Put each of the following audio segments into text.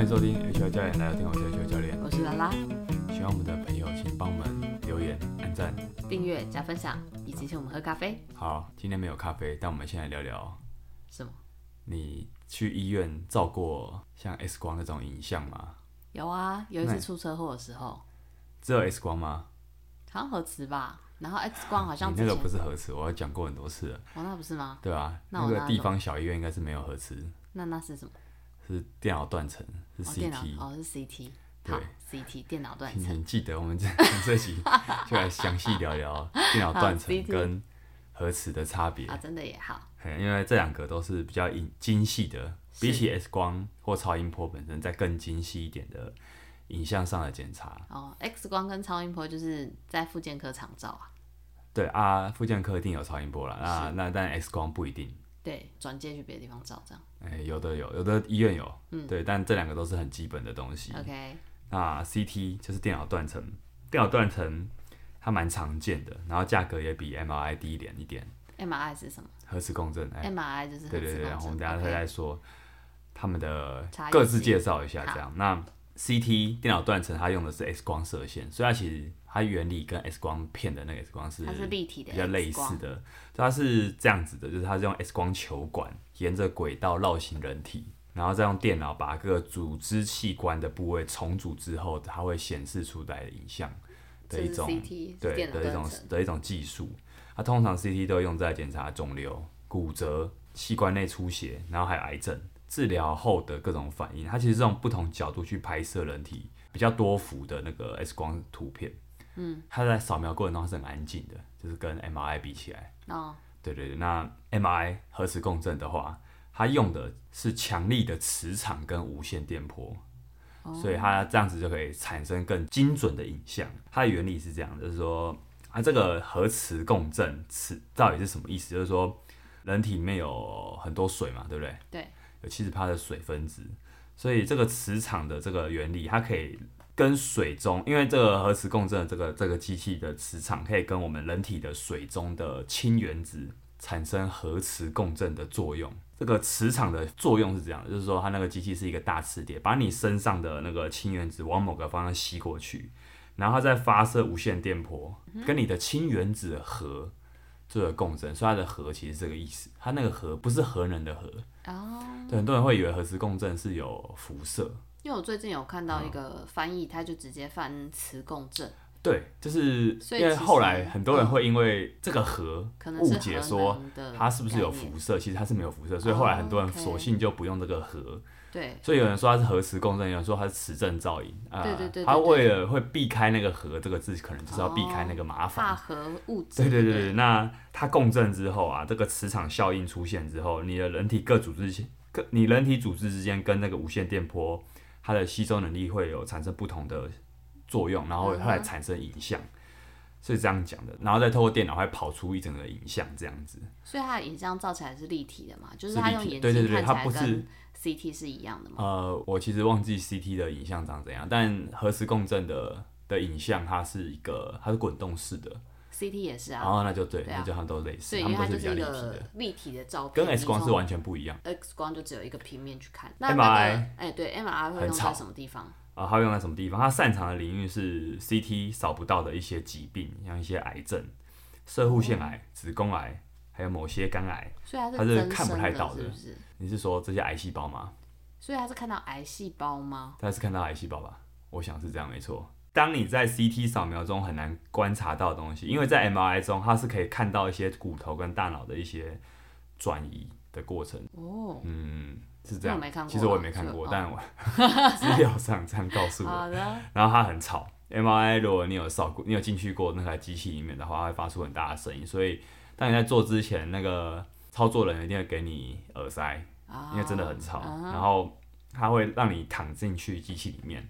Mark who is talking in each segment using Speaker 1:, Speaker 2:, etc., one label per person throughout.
Speaker 1: 迎收听 HR 教练来聊天，我是 HR 教练。
Speaker 2: 我是拉拉，
Speaker 1: 喜欢我们的朋友，请帮我们留言、按赞。
Speaker 2: 订阅加分享，以及请我们喝咖啡。
Speaker 1: 好，今天没有咖啡，但我们先来聊聊，
Speaker 2: 什么？
Speaker 1: 你去医院照过像 X 光那种影像吗？
Speaker 2: 有啊，有一
Speaker 1: 那
Speaker 2: 次出车祸的时候，好
Speaker 1: 只有 X 光吗？
Speaker 2: 像核磁吧，然后 X 光好像
Speaker 1: 你
Speaker 2: 之
Speaker 1: 那
Speaker 2: 前，
Speaker 1: 个不是核磁，我讲过很多次了，
Speaker 2: 哦，那不是吗？
Speaker 1: 对啊，
Speaker 2: 那
Speaker 1: 那
Speaker 2: 我
Speaker 1: 个
Speaker 2: 拿
Speaker 1: 地
Speaker 2: 走
Speaker 1: 方小医院应该是没有核磁，
Speaker 2: 那那是什么？
Speaker 1: 是电脑断层，是
Speaker 2: 哦，电脑
Speaker 1: CT。
Speaker 2: 哦是 CT，
Speaker 1: 对
Speaker 2: 好 CT 电脑断
Speaker 1: 请
Speaker 2: 层，
Speaker 1: 请记得，我们这 这集就来详细聊聊电脑断层
Speaker 2: CT
Speaker 1: 跟核磁的差别。
Speaker 2: 啊真的也好，
Speaker 1: 嘿因为这两个都是比较影精细的，比起 X 光或超音波本身，再更精细一点的影像上的检查。
Speaker 2: 哦 X 光跟超音波就是在复健科常照啊，
Speaker 1: 对啊，附件科一定有超音波啦，那那但 X 光不一定。
Speaker 2: 对，转接去别的地方照这样
Speaker 1: 哎、有的有，有的医院有，对，但这两个都是很基本的东西。
Speaker 2: ，OK，
Speaker 1: 那 CT 就是电脑断层，电脑断层它蛮常见的，然后价格也比 MRI 低一点一点，
Speaker 2: MRI 是什么
Speaker 1: 核磁共振。哎、
Speaker 2: ？MRI 就是核
Speaker 1: 对对
Speaker 2: 磁
Speaker 1: 对，然后我
Speaker 2: 共
Speaker 1: 们等
Speaker 2: 振
Speaker 1: 一下再
Speaker 2: ，OK，
Speaker 1: 来说他们的
Speaker 2: 差异
Speaker 1: 各自
Speaker 2: 性
Speaker 1: 介绍一下这样。那 CT 电脑断层它用的是 X 光射线，所以它其实它原理跟 X 光片的那个 X 光是
Speaker 2: 它是立体的，
Speaker 1: 比较类似，的，所以它是这样子的，就是它是用 X 光球管沿着轨道绕行人体。然后再用电脑把各个组织器官的部位重组之后，它会显示出来的影像的
Speaker 2: 这
Speaker 1: 一
Speaker 2: 是
Speaker 1: 种
Speaker 2: CT 是
Speaker 1: 对
Speaker 2: 电脑
Speaker 1: 的一
Speaker 2: 断
Speaker 1: 种
Speaker 2: 层。
Speaker 1: 的一种技术。它通常 CT 都用在检查肿瘤、骨折、器官内出血，然后还有癌症治疗后的各种反应。它其实是用不同角度去拍摄人体比较多幅的那个 X 光图片。嗯，它在扫描过程中它是很安静的，就是跟 MRI 比起来。
Speaker 2: 哦，
Speaker 1: 对对对，那 MRI 核磁共振的话，它用的是强力的磁场跟无线电波，所以它这样子就可以产生更精准的影像。它的原理是这样，就是说，啊，这个核磁共振磁到底是什么意思？就是说，人体里面有很多水嘛，对不对？
Speaker 2: 对，
Speaker 1: 有七十帕的水分子，所以这个磁场的这个原理，它可以跟水中，因为这个核磁共振的这个这个机器的磁场，可以跟我们人体的水中的氢原子产生核磁共振的作用。这个磁场的作用是这样的，就是说它那个机器是一个大磁铁，把你身上的那个氢原子往某个方向吸过去，然后它再发射无线电波，跟你的氢原子的核做了共振，所以它的核其实是这个意思。它那个核不是核能的核，
Speaker 2: 哦，
Speaker 1: 对，很多人会以为核磁共振是有辐射，
Speaker 2: 因为我最近有看
Speaker 1: 嗯
Speaker 2: 到一个翻译，他就直接翻磁共振，
Speaker 1: 对，就是
Speaker 2: 所以
Speaker 1: 因为
Speaker 2: 其
Speaker 1: 后
Speaker 2: 实嗯
Speaker 1: 来很多人会因为这个核
Speaker 2: 可能
Speaker 1: 误
Speaker 2: 是
Speaker 1: 解
Speaker 2: 核
Speaker 1: 说
Speaker 2: 能的
Speaker 1: 它是不是有
Speaker 2: 概念
Speaker 1: 辐射，其实它是没有辐射，所以后来很多人
Speaker 2: 哦，OK
Speaker 1: 索性就不用这个核，
Speaker 2: 对，
Speaker 1: 所以有人说它是核磁共振，有人说它是磁振造影啊
Speaker 2: 对对对，对
Speaker 1: 它
Speaker 2: 对哦
Speaker 1: 为了会避开那个核这个字，可能就是要避开那个麻烦
Speaker 2: 化，合物质，
Speaker 1: 对对对对，那它共振之后啊，这个磁场效应出现之后，你的人体各组织之各你人体组织之间跟那个无线电波，它的吸收能力会有产生不同的作用，然后
Speaker 2: 嗯哼
Speaker 1: 它来产生影像，
Speaker 2: 嗯
Speaker 1: 是这样讲的。然后再透过电脑会跑出一整个影像这样子。
Speaker 2: 所以它的影像照起来是立体的嘛，就是
Speaker 1: 是
Speaker 2: 它
Speaker 1: 立
Speaker 2: 用
Speaker 1: 体
Speaker 2: 眼
Speaker 1: 对对
Speaker 2: 睛
Speaker 1: 对
Speaker 2: 看
Speaker 1: 它
Speaker 2: 起来
Speaker 1: 不是
Speaker 2: 跟 CT 是一样的嘛，
Speaker 1: 呃，我其实忘记 CT 的影像长怎样，但核磁共振的的影像它是一个它是滚动式的，
Speaker 2: ，CT 也是
Speaker 1: 然
Speaker 2: 啊，
Speaker 1: 后那就对，
Speaker 2: 对啊
Speaker 1: 那就它们都类似，
Speaker 2: 所以
Speaker 1: 它
Speaker 2: 因为
Speaker 1: 们都
Speaker 2: 它就是
Speaker 1: 比较
Speaker 2: 是
Speaker 1: 立
Speaker 2: 一
Speaker 1: 体的，
Speaker 2: 个立体的照片，
Speaker 1: 跟 X 光
Speaker 2: 你
Speaker 1: 是
Speaker 2: 从
Speaker 1: 完全不一样。
Speaker 2: X 光就只有一个平面去看，那那个
Speaker 1: MRI
Speaker 2: 哎对，MRI 会
Speaker 1: 很
Speaker 2: 用
Speaker 1: 吵
Speaker 2: 在什么地方？
Speaker 1: 啊，它用在什么地方？它擅长的领域是 CT 扫不到的一些疾病，像一些癌症、射护腺
Speaker 2: 哦
Speaker 1: 癌、子宫癌，还有某些肝癌。
Speaker 2: 所以它是
Speaker 1: 它是
Speaker 2: 增
Speaker 1: 看不
Speaker 2: 生
Speaker 1: 太到的
Speaker 2: 的，是不是？
Speaker 1: 你是说这些癌细胞吗？
Speaker 2: 所以它是看到癌细胞吗？
Speaker 1: 大家是看到癌细胞吧？我想是这样，没错。当你在 CT 扫描中很难观察到的东西，因为在 MRI 中它是可以看到一些骨头跟大脑的一些转移的过程。
Speaker 2: 哦，
Speaker 1: 嗯，是这样。
Speaker 2: 那我没看过
Speaker 1: 其实我也
Speaker 2: 啊
Speaker 1: 没看
Speaker 2: 就
Speaker 1: 过，
Speaker 2: 哦
Speaker 1: 但我 资料上这样告诉我。
Speaker 2: 好的，
Speaker 1: 然后它很吵。MRI 如果你有扫过，你有进去过那台机器里面的话，它会发出很大的声音。所以当你在做之前，那个操作人员一定会给你耳塞，
Speaker 2: 啊
Speaker 1: 因为真的很吵。
Speaker 2: 啊
Speaker 1: 然后它会让你躺进去机器里面，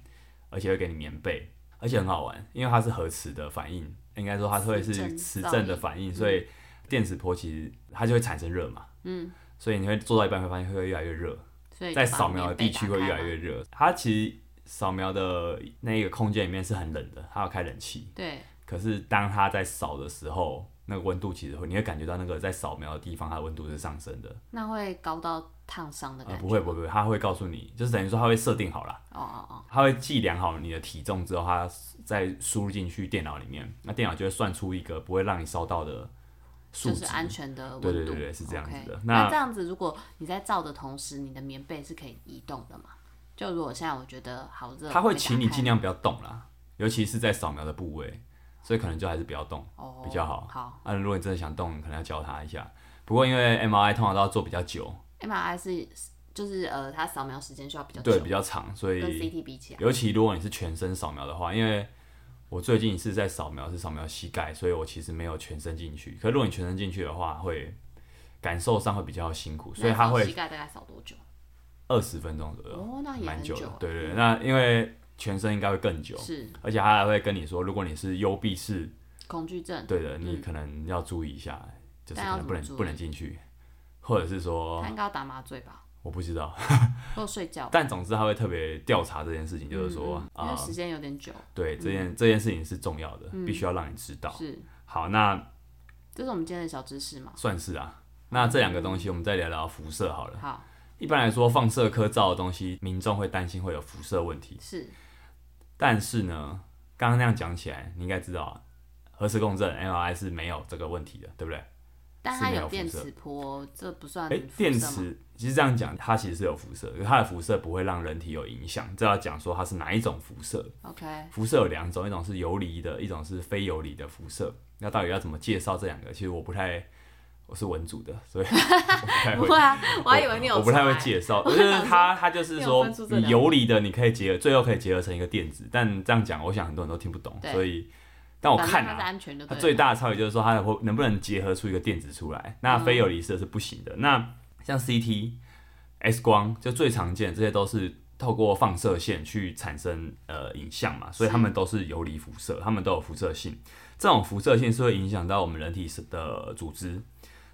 Speaker 1: 而且会给你棉被，而且很好玩，因为它是核磁的反应，应该说它会
Speaker 2: 磁
Speaker 1: 是
Speaker 2: 振
Speaker 1: 磁
Speaker 2: 造
Speaker 1: 振的
Speaker 2: 影
Speaker 1: 反应，所以电磁波其实它就会产生热嘛。嗯。所以你会做到一半会发现会越来越热，
Speaker 2: 所以
Speaker 1: 在
Speaker 2: 就把
Speaker 1: 扫描的
Speaker 2: 棉被
Speaker 1: 地区
Speaker 2: 打
Speaker 1: 会
Speaker 2: 开
Speaker 1: 越来
Speaker 2: 嘛
Speaker 1: 越热。它其实扫描的那个空间里面是很冷的，它要开冷气。
Speaker 2: 对，
Speaker 1: 可是当它在扫的时候，那个温度其实会，你会感觉到那个在扫描的地方，它的温度是上升的。
Speaker 2: 那会高到烫伤的
Speaker 1: 呃，
Speaker 2: 感
Speaker 1: 不
Speaker 2: 觉。
Speaker 1: 会不会不会，他会告诉你，就是等于说他会设定好了，
Speaker 2: 哦哦哦，
Speaker 1: 他会计量好你的体重之后，他再输入进去电脑里面，那电脑就会算出一个不会让你烧到的数
Speaker 2: 就是啊
Speaker 1: 值。
Speaker 2: 安全的温
Speaker 1: 对
Speaker 2: 度。
Speaker 1: 对对对是这样子的
Speaker 2: OK
Speaker 1: 那
Speaker 2: 那这样子，如果你在照的同时，你的棉被是可以移动的嘛？就如果现在我觉得好热，
Speaker 1: 他会
Speaker 2: 没打
Speaker 1: 请你
Speaker 2: 开
Speaker 1: 尽量不要动啦，尤其是在扫描的部位，所以可能就还是不要动。
Speaker 2: 哦
Speaker 1: 比较好
Speaker 2: 好
Speaker 1: 啊，如果你真的想动，你可能要教他一下。不过因为 MRI 通常都要做比较久，
Speaker 2: ，MRI 是就是呃，它扫描时间需要比较久，
Speaker 1: 对，比较长，所
Speaker 2: 跟
Speaker 1: 以
Speaker 2: CT 比起来，
Speaker 1: 尤其如果你是全身扫描的话，因为我最近一次在扫描是扫描膝盖，所以我其实没有全身进去。可如果你全身进去的话，会感受上会比较辛苦，所以
Speaker 2: 那
Speaker 1: 它
Speaker 2: 扫
Speaker 1: 会
Speaker 2: 膝盖大概扫多久？
Speaker 1: 二十分钟左右，
Speaker 2: 哦，那也
Speaker 1: 蛮
Speaker 2: 很
Speaker 1: 久的
Speaker 2: 了。。嗯
Speaker 1: 对对，对那因为全身应该会更久，
Speaker 2: 是
Speaker 1: 而且他还会跟你说，如果你是幽闭式，
Speaker 2: 恐惧症，
Speaker 1: 对的，你可能要注意一下，就是
Speaker 2: 嗯但要
Speaker 1: 可能不能
Speaker 2: 怎么注意
Speaker 1: 不能进去，或者是说
Speaker 2: 他应该要打麻醉吧，
Speaker 1: 我不知道。
Speaker 2: 或者睡觉吧。
Speaker 1: 但总之他会特别调查这件事情，就是说
Speaker 2: 嗯嗯因
Speaker 1: 啊、
Speaker 2: 为时间有点久，
Speaker 1: 对这件这件事情是重要的，必须要让你知道。
Speaker 2: 是，
Speaker 1: 好，那
Speaker 2: 这是我们今天的小知识嘛？
Speaker 1: 算是啊。那这两个东西，我们再聊聊辐射好了。
Speaker 2: 好，
Speaker 1: 一般来说，放射科照的东西，民众会担心会有辐射问题。
Speaker 2: 是
Speaker 1: 但是呢，刚刚那样讲起来，你应该知道啊，核磁共振 MRI 是没有这个问题的，对不对？
Speaker 2: 但它
Speaker 1: 是没
Speaker 2: 有
Speaker 1: 有
Speaker 2: 电
Speaker 1: 辐射
Speaker 2: 磁波，这不算
Speaker 1: 哎、
Speaker 2: 嗯辐射吗
Speaker 1: 电池其实这样讲，它其实是有辐射，可是它的辐射不会让人体有影响。这要讲说它是哪一种辐射。
Speaker 2: OK，
Speaker 1: 辐射有两种，一种是游离的，一种是非游离的辐射。那到底要怎么介绍这两个？其实我不太，我是文组的，所以我 不太
Speaker 2: 不
Speaker 1: 会。
Speaker 2: 会啊， 我还以为你有查欸，
Speaker 1: 我不太会介 绍，就是它它就是说
Speaker 2: 你有分出这两
Speaker 1: 你
Speaker 2: 个
Speaker 1: 游离的，你可以结合，最后可以结合成一个电子。但这样讲，我想很多人都听不懂，
Speaker 2: 对
Speaker 1: 所以但我
Speaker 2: 反正
Speaker 1: 看
Speaker 2: 它是
Speaker 1: 啊，
Speaker 2: 安全的，
Speaker 1: 它最大的差别就是说它会能不能结合出一个电子出来。那
Speaker 2: 嗯
Speaker 1: 非游离式的是不行的。那像 CT、X 光就最常见，这些都是透过放射线去产生呃影像嘛，所以它们都是游离辐射，它们都有辐射性。这种辐射性是会影响到我们人体的组织，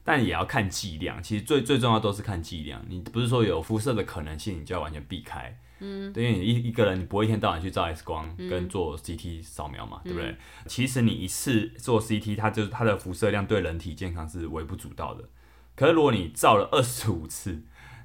Speaker 1: 但也要看剂量。其实最最重要都是看剂量。你不是说有辐射的可能性，你就要完全避开。嗯，对，因为你一一个人你不会一天到晚去照 X 光跟做 CT 扫描嘛，对不对？其实你一次做 CT，它就是它的辐射量对人体健康是微不足道的。可是如果你照了二十五次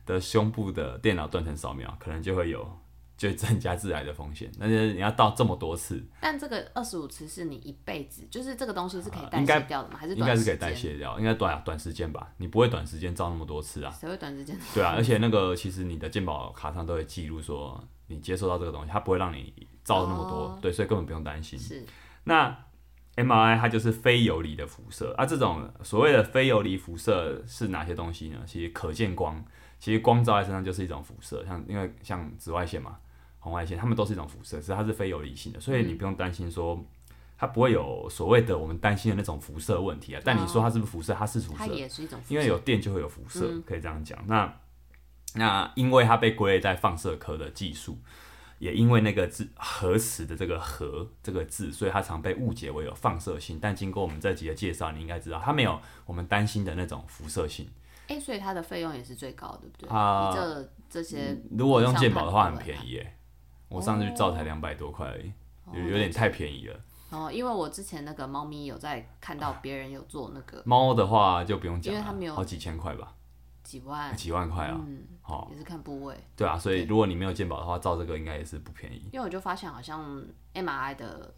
Speaker 1: 的胸部的电脑断层扫描，可能就会有 就会增加致癌的风险。但是你要到这么多次，
Speaker 2: 但这个二十五次是你一辈子，就是这个东西是可以代
Speaker 1: 呃应该
Speaker 2: 谢掉的吗？还是
Speaker 1: 应
Speaker 2: 短
Speaker 1: 该是
Speaker 2: 时
Speaker 1: 可以
Speaker 2: 间？
Speaker 1: 代谢掉，应该短短时间吧，你不会短时间照那么多次啊。
Speaker 2: 谁会短时间？
Speaker 1: 对 啊，而且那个其实你的健保卡上都会记录说你接受到这个东西，它不会让你照那么多，
Speaker 2: 哦
Speaker 1: 对，所以根本不用担心。
Speaker 2: 是
Speaker 1: 那 MRI 它就是非游离的辐射啊，这种所谓的非游离辐射是哪些东西呢？其实可见光，其实光照在身上就是一种辐射，像因为像紫外线嘛、红外线，它们都是一种辐射，只是它是非游离性的，所以你
Speaker 2: 嗯
Speaker 1: 不用担心说。它不会有所谓的我们担心的那种辐射问题啊，但你说它是不是辐射？它是辐射，
Speaker 2: 它也是一种辐射，
Speaker 1: 因为有电就会有辐射，
Speaker 2: 嗯
Speaker 1: 可以这样讲。那那因为它被归类在放射科的技术，也因为那个字核磁的这个核这个字，所以它常被误解为有放射性。但经过我们这集的介绍，你应该知道它没有我们担心的那种辐射性。
Speaker 2: 哎、所以它的费用也是最高的，对不对？
Speaker 1: 啊
Speaker 2: 你这这些
Speaker 1: 如果用健保的话，很便宜耶、我上次去照才两百多块而已，有有点太便宜了。
Speaker 2: 哦，因为我之前那个猫咪有在看到别人有做那个
Speaker 1: 猫的话就不用讲
Speaker 2: 因为它没
Speaker 1: 了，
Speaker 2: 有
Speaker 1: 好几千块吧，
Speaker 2: 几万，
Speaker 1: 几万块啊。
Speaker 2: 嗯，
Speaker 1: 好、
Speaker 2: 也是看部位，
Speaker 1: 对啊，所以如果你没有健保的话，照这个应该也是不便宜。
Speaker 2: 因为我就发现好像 MRI 的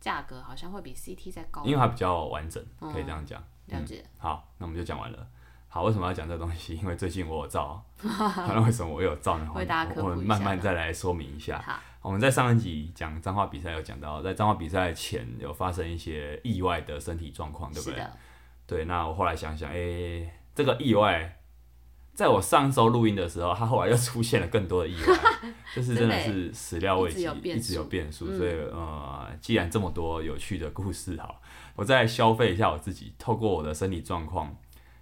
Speaker 2: 价格好像会比 CT 再高，
Speaker 1: 因为它比较完整，可以这样讲。
Speaker 2: 了解。
Speaker 1: 好，那我们就讲完了。好，为什么要讲这个东西？因为最近我有 照，那为什么我有照呢？
Speaker 2: 为大家科普一下
Speaker 1: 我们慢慢再来说明一下。
Speaker 2: 好，
Speaker 1: 我们在上一集讲脏话比赛有讲到，在脏话比赛前有发生一些意外的身体状况，对不
Speaker 2: 是
Speaker 1: 对？
Speaker 2: 的，
Speaker 1: 对，那我后来想想，诶，这个意外，在我上周录音的时候，它后来又出现了更多的意外，就是真的是始料未及，
Speaker 2: 一直有变
Speaker 1: 一
Speaker 2: 数嗯
Speaker 1: 直有变数。所以呃，既然这么多有趣的故事，好，我再消费一下我自己，透过我的身体状况，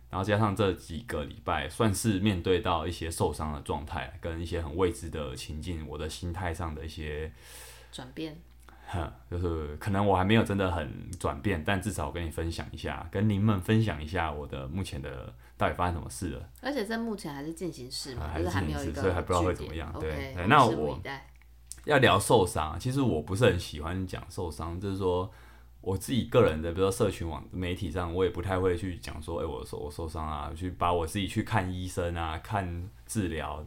Speaker 1: 然后加上这几个礼拜，算是面对到一些受伤的状态，跟一些很未知的情境，我的心态上的一些
Speaker 2: 转变
Speaker 1: 哼， 就是可能我还没有真的很转变，但至少我跟你分享一下，跟您们分享一下我的目前的到底发生什么事了，
Speaker 2: 而且这目前还是进行式嘛，
Speaker 1: 啊
Speaker 2: 就是
Speaker 1: 还是
Speaker 2: 没有
Speaker 1: 进行式
Speaker 2: 一个
Speaker 1: 所以还不知道会怎
Speaker 2: 据点
Speaker 1: 么样
Speaker 2: OK，
Speaker 1: 对
Speaker 2: 我们
Speaker 1: 那
Speaker 2: 拭目
Speaker 1: 我
Speaker 2: 以待
Speaker 1: 要聊受伤，其实我不是很喜欢讲受伤，就是说我自己个人的，比如说社群网媒体上，我也不太会去讲说，哎、我受我受伤啊，去把我自己去看医生啊，看治疗。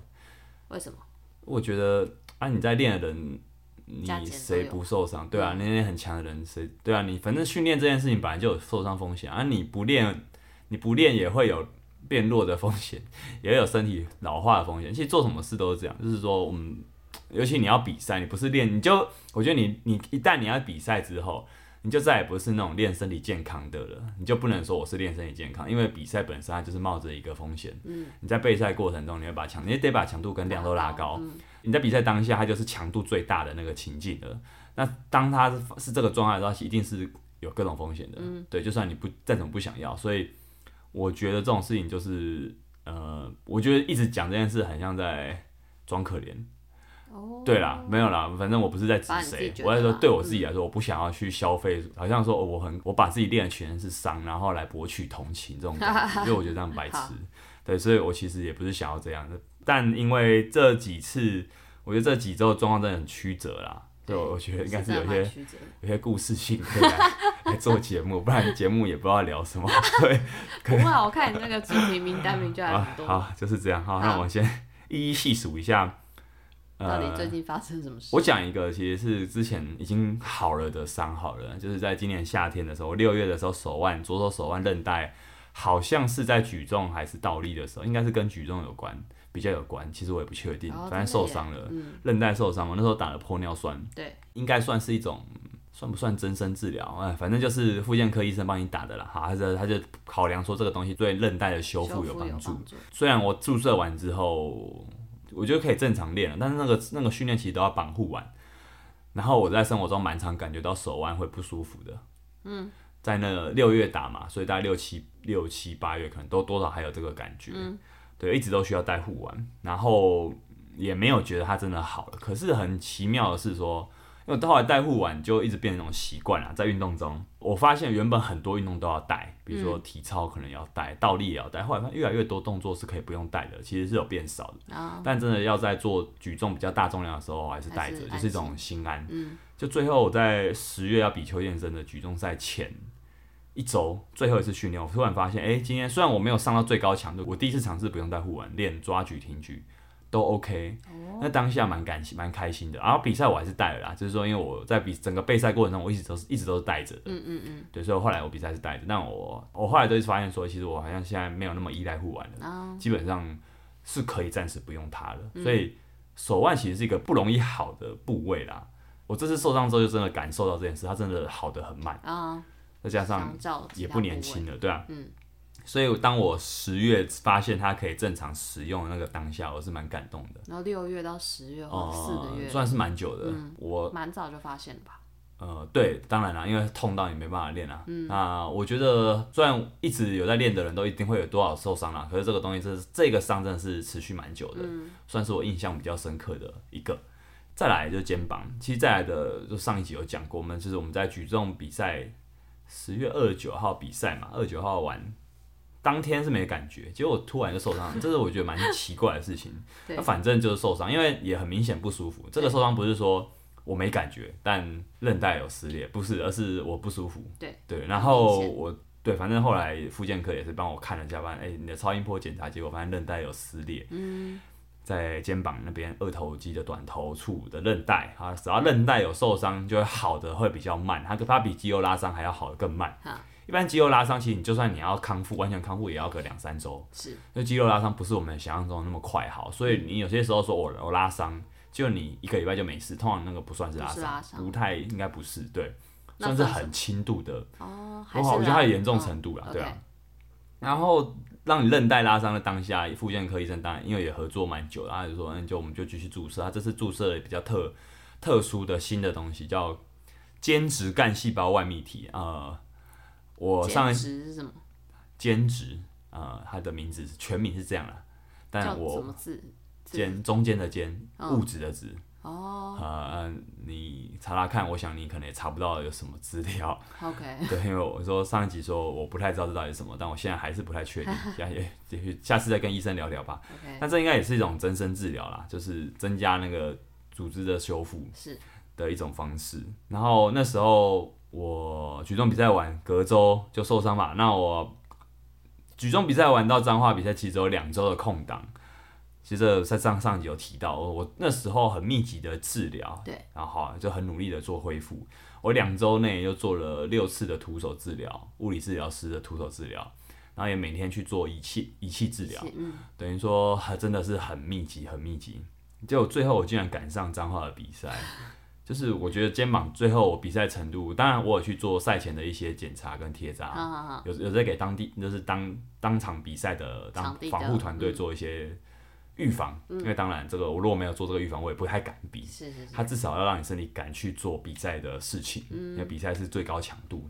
Speaker 2: 为什么？
Speaker 1: 我觉得啊，你在练的人，你
Speaker 2: 价钱都有嗯
Speaker 1: 谁不受伤？对啊，那些很强的人，谁对啊？你反正训练这件事情本来就有受伤风险啊，你不练，你不练也会有变弱的风险， 也有身体老化的风险。其实做什么事都是这样，就是说我们，尤其你要比赛，你不是练，你就我觉得你你一旦你要比赛之后。你就再也不是那种练身体健康的了，你就不能说我是练身体健康，因为比赛本身它就是冒着一个风险。嗯，你在备赛过程中，你会把强，你得把强度跟量都拉高。你在比赛当下，它就是强度最大的那个情境了。那当它是是这个状态的时候，一定是有各种风险的。对，就算你不再怎么不想要，所以我觉得这种事情就是，呃，我觉得一直讲这件事很像在装可怜。
Speaker 2: 哦，
Speaker 1: 对啦，没有啦，反正我不是在指
Speaker 2: 把你自己
Speaker 1: 谁
Speaker 2: 觉，得
Speaker 1: 我在说
Speaker 2: 啦嗯
Speaker 1: 对我自己来说，我不想要去消费，好像说哦我很我把自己练的全是伤，然后来博取同情这种感觉，所以我觉得这样 白痴
Speaker 2: 好。
Speaker 1: 对，所以我其实也不是想要这样的，但因为这几次，我觉得这几周的状况真的很曲折啦。对，我我觉 得应该是有一些
Speaker 2: 曲折。
Speaker 1: 有些故事性可以来 来做节目，不然节目也不知道聊什么。对，
Speaker 2: 不会啊，我看你那个主题名单名就还
Speaker 1: 好
Speaker 2: 很，多。
Speaker 1: 啊好，就是这样。好，那
Speaker 2: 好
Speaker 1: 我先 一一细数一下。
Speaker 2: 到底
Speaker 1: 呃，
Speaker 2: 最近发生什么事？
Speaker 1: 我讲一个，其实是之前已经好了的伤，好了，就是在今年夏天的时候，六月的时候，手腕左手手腕韧带好像是在举重还是倒立的时候，应该是跟举重有关，比较有关。其实我也不确定，
Speaker 2: 哦
Speaker 1: 反正
Speaker 2: 真的
Speaker 1: 受
Speaker 2: 耶
Speaker 1: 伤了，
Speaker 2: 嗯，
Speaker 1: 韧带受伤嘛，那时候打了玻尿酸，
Speaker 2: 对，
Speaker 1: 应该算是一种，算不算增生治疗？哎，反正就是复健科医生帮你打的啦。哈，他就他就考量说这个东西对韧带的修复有帮助。虽然我注射完之后，我觉得可以正常练了，但是那个那个训练其实都要绑护腕。然后我在生活中蛮常感觉到手腕会不舒服的。嗯，在那六月打嘛，所以大概六七六七八月可能都多少还有这个感觉。对，一直都需要戴护腕，然后也没有觉得它真的好了。可是很奇妙的是说，因为我后来戴护腕就一直变成一种习惯啊啦，在运动中，我发现原本很多运动都要戴，比如说体操可能要戴，倒立也要戴，后来发现越来越多动作是可以不用戴的，其实是有变少的。
Speaker 2: 啊，
Speaker 1: 但真的要在做举重比较大重量的时候，还是带着就
Speaker 2: 还，是
Speaker 1: 是一种心安。
Speaker 2: 嗯
Speaker 1: 就最后我在十月要比邱健身的举重赛前一周，最后一次训练，我突然发现，哎、今天虽然我没有上到最高强度，我第一次尝试不用带护腕，练抓举、挺举都 OK。那当下蛮感蛮开心的。然啊后比赛我还是带了啦，就是说因为我在比整个备赛过程中，我一直都是一直都是带着的。嗯嗯嗯。对，所以我后来我比赛是带着，但我我后来就发现说，其实我好像现在没有那么依赖护腕了，基本上。是可以暂时不用它
Speaker 2: 嗯
Speaker 1: 了。所以手腕其实是一个不容易好的部位啦。我这次受伤之后就真的感受到这件事，它真的好的很慢，
Speaker 2: 啊，
Speaker 1: 再加上
Speaker 2: 相较其
Speaker 1: 也
Speaker 2: 他
Speaker 1: 不年
Speaker 2: 部位
Speaker 1: 轻，了，对啊。
Speaker 2: 嗯。
Speaker 1: 所以当我十月发现它可以正常使用的那个当下，我是蛮感动的。
Speaker 2: 然后六月到十月或四
Speaker 1: 哦、
Speaker 2: 个月，嗯
Speaker 1: 算是蛮久的。我
Speaker 2: 蛮早就发现了吧？
Speaker 1: 呃，对，当然啦，因为痛到你没办法练啦。那我觉得，虽然一直有在练的人都一定会有多少受伤啦，可是这个东西真是这个伤真的是持续蛮久的，算是我印象比较深刻的一个。再来就是肩膀，其实再来的就上一集有讲过，我们就是我们在举重比赛十月二十九号比赛嘛，二十九号完当天是没感觉，结果突然就受 伤了，这是我觉得蛮奇怪的事情。
Speaker 2: 对
Speaker 1: 那，反正就是受伤，因为也很明显不舒服。这个受伤不是说我没感觉，但韧带有撕裂，不是，而是我不舒服。
Speaker 2: 对
Speaker 1: 对，然后
Speaker 2: 很明显
Speaker 1: 我对，反正后来复健科也是帮我看了一下，发现哎、你的超音波检查结果发现韧带有撕裂，嗯，在肩膀那边二头肌的短头处的韧带啊，只要韧带有受伤，就会好的会比较慢，它它比肌肉拉伤还要好的更慢
Speaker 2: 好。
Speaker 1: 一般肌肉拉伤，其实你就算你要康复，完全康复也要个两三周。
Speaker 2: 是
Speaker 1: 那肌肉拉伤不是我们想象中那么快好，所以你有些时候说我我拉伤，就你一个礼拜就没事，通常那个不算是拉
Speaker 2: 不是拉伤
Speaker 1: 不太应该不是对，
Speaker 2: 那
Speaker 1: 算是
Speaker 2: 算什
Speaker 1: 很轻度的，
Speaker 2: 哦，还
Speaker 1: 我
Speaker 2: 是
Speaker 1: 好，我觉得它
Speaker 2: 拉
Speaker 1: 的严重
Speaker 2: 哦
Speaker 1: 程度啦，
Speaker 2: OK
Speaker 1: 对啊。然后让你韧带拉伤的当下，复健科医生当然因为也合作蛮久了，他就说嗯那就我们就继续注射。他这次注射了比较特特殊的新的东西，叫间质干细胞外泌体。呃，我上一
Speaker 2: 减脂是什么？
Speaker 1: 兼职，呃，它的名字全名是这样啦，
Speaker 2: 叫
Speaker 1: 但
Speaker 2: 什么
Speaker 1: 我
Speaker 2: 字？字
Speaker 1: 兼中间的兼，
Speaker 2: 嗯
Speaker 1: 物质的质。哦，呃，你查查看，我想你可能也查不到有什么资料。
Speaker 2: OK，
Speaker 1: 对，因为我说上一集说我不太知道这到底是什么，但我现在还是不太 确定，下也也许下次再跟医生聊聊吧。
Speaker 2: OK，
Speaker 1: 那这应该也是一种增生治疗啦，就是增加那个组织的修复。
Speaker 2: 是
Speaker 1: 的一种方式。然后那时候我举重比赛完隔周就受伤嘛，那我举重比赛完到彰化比赛其实只有两周的空档。其实这在上上集有提到，我我那时候很密集的治疗，
Speaker 2: 对，
Speaker 1: 然后就很努力的做恢复。我两周内又做了六次的徒手治疗，物理治疗师的徒手治疗，然后也每天去做仪器仪器治疗
Speaker 2: 是，嗯，
Speaker 1: 等于说还真的是很密集，很密集。结果最后我竟然赶上彰化的比赛， 就是我觉得肩膀最后我比赛程度，当然我有去做赛前的一些检查跟贴扎，
Speaker 2: 好好好，
Speaker 1: 啊有有在给当地就是当当场比赛的当
Speaker 2: 场地的嗯
Speaker 1: 防护团队做一些预防，因为当然这个我如果没有做这个预防，我也不太敢比。
Speaker 2: 是是是，
Speaker 1: 他至少要让你身体敢去做比赛的事情，
Speaker 2: 嗯
Speaker 1: 因为比赛是最高强度。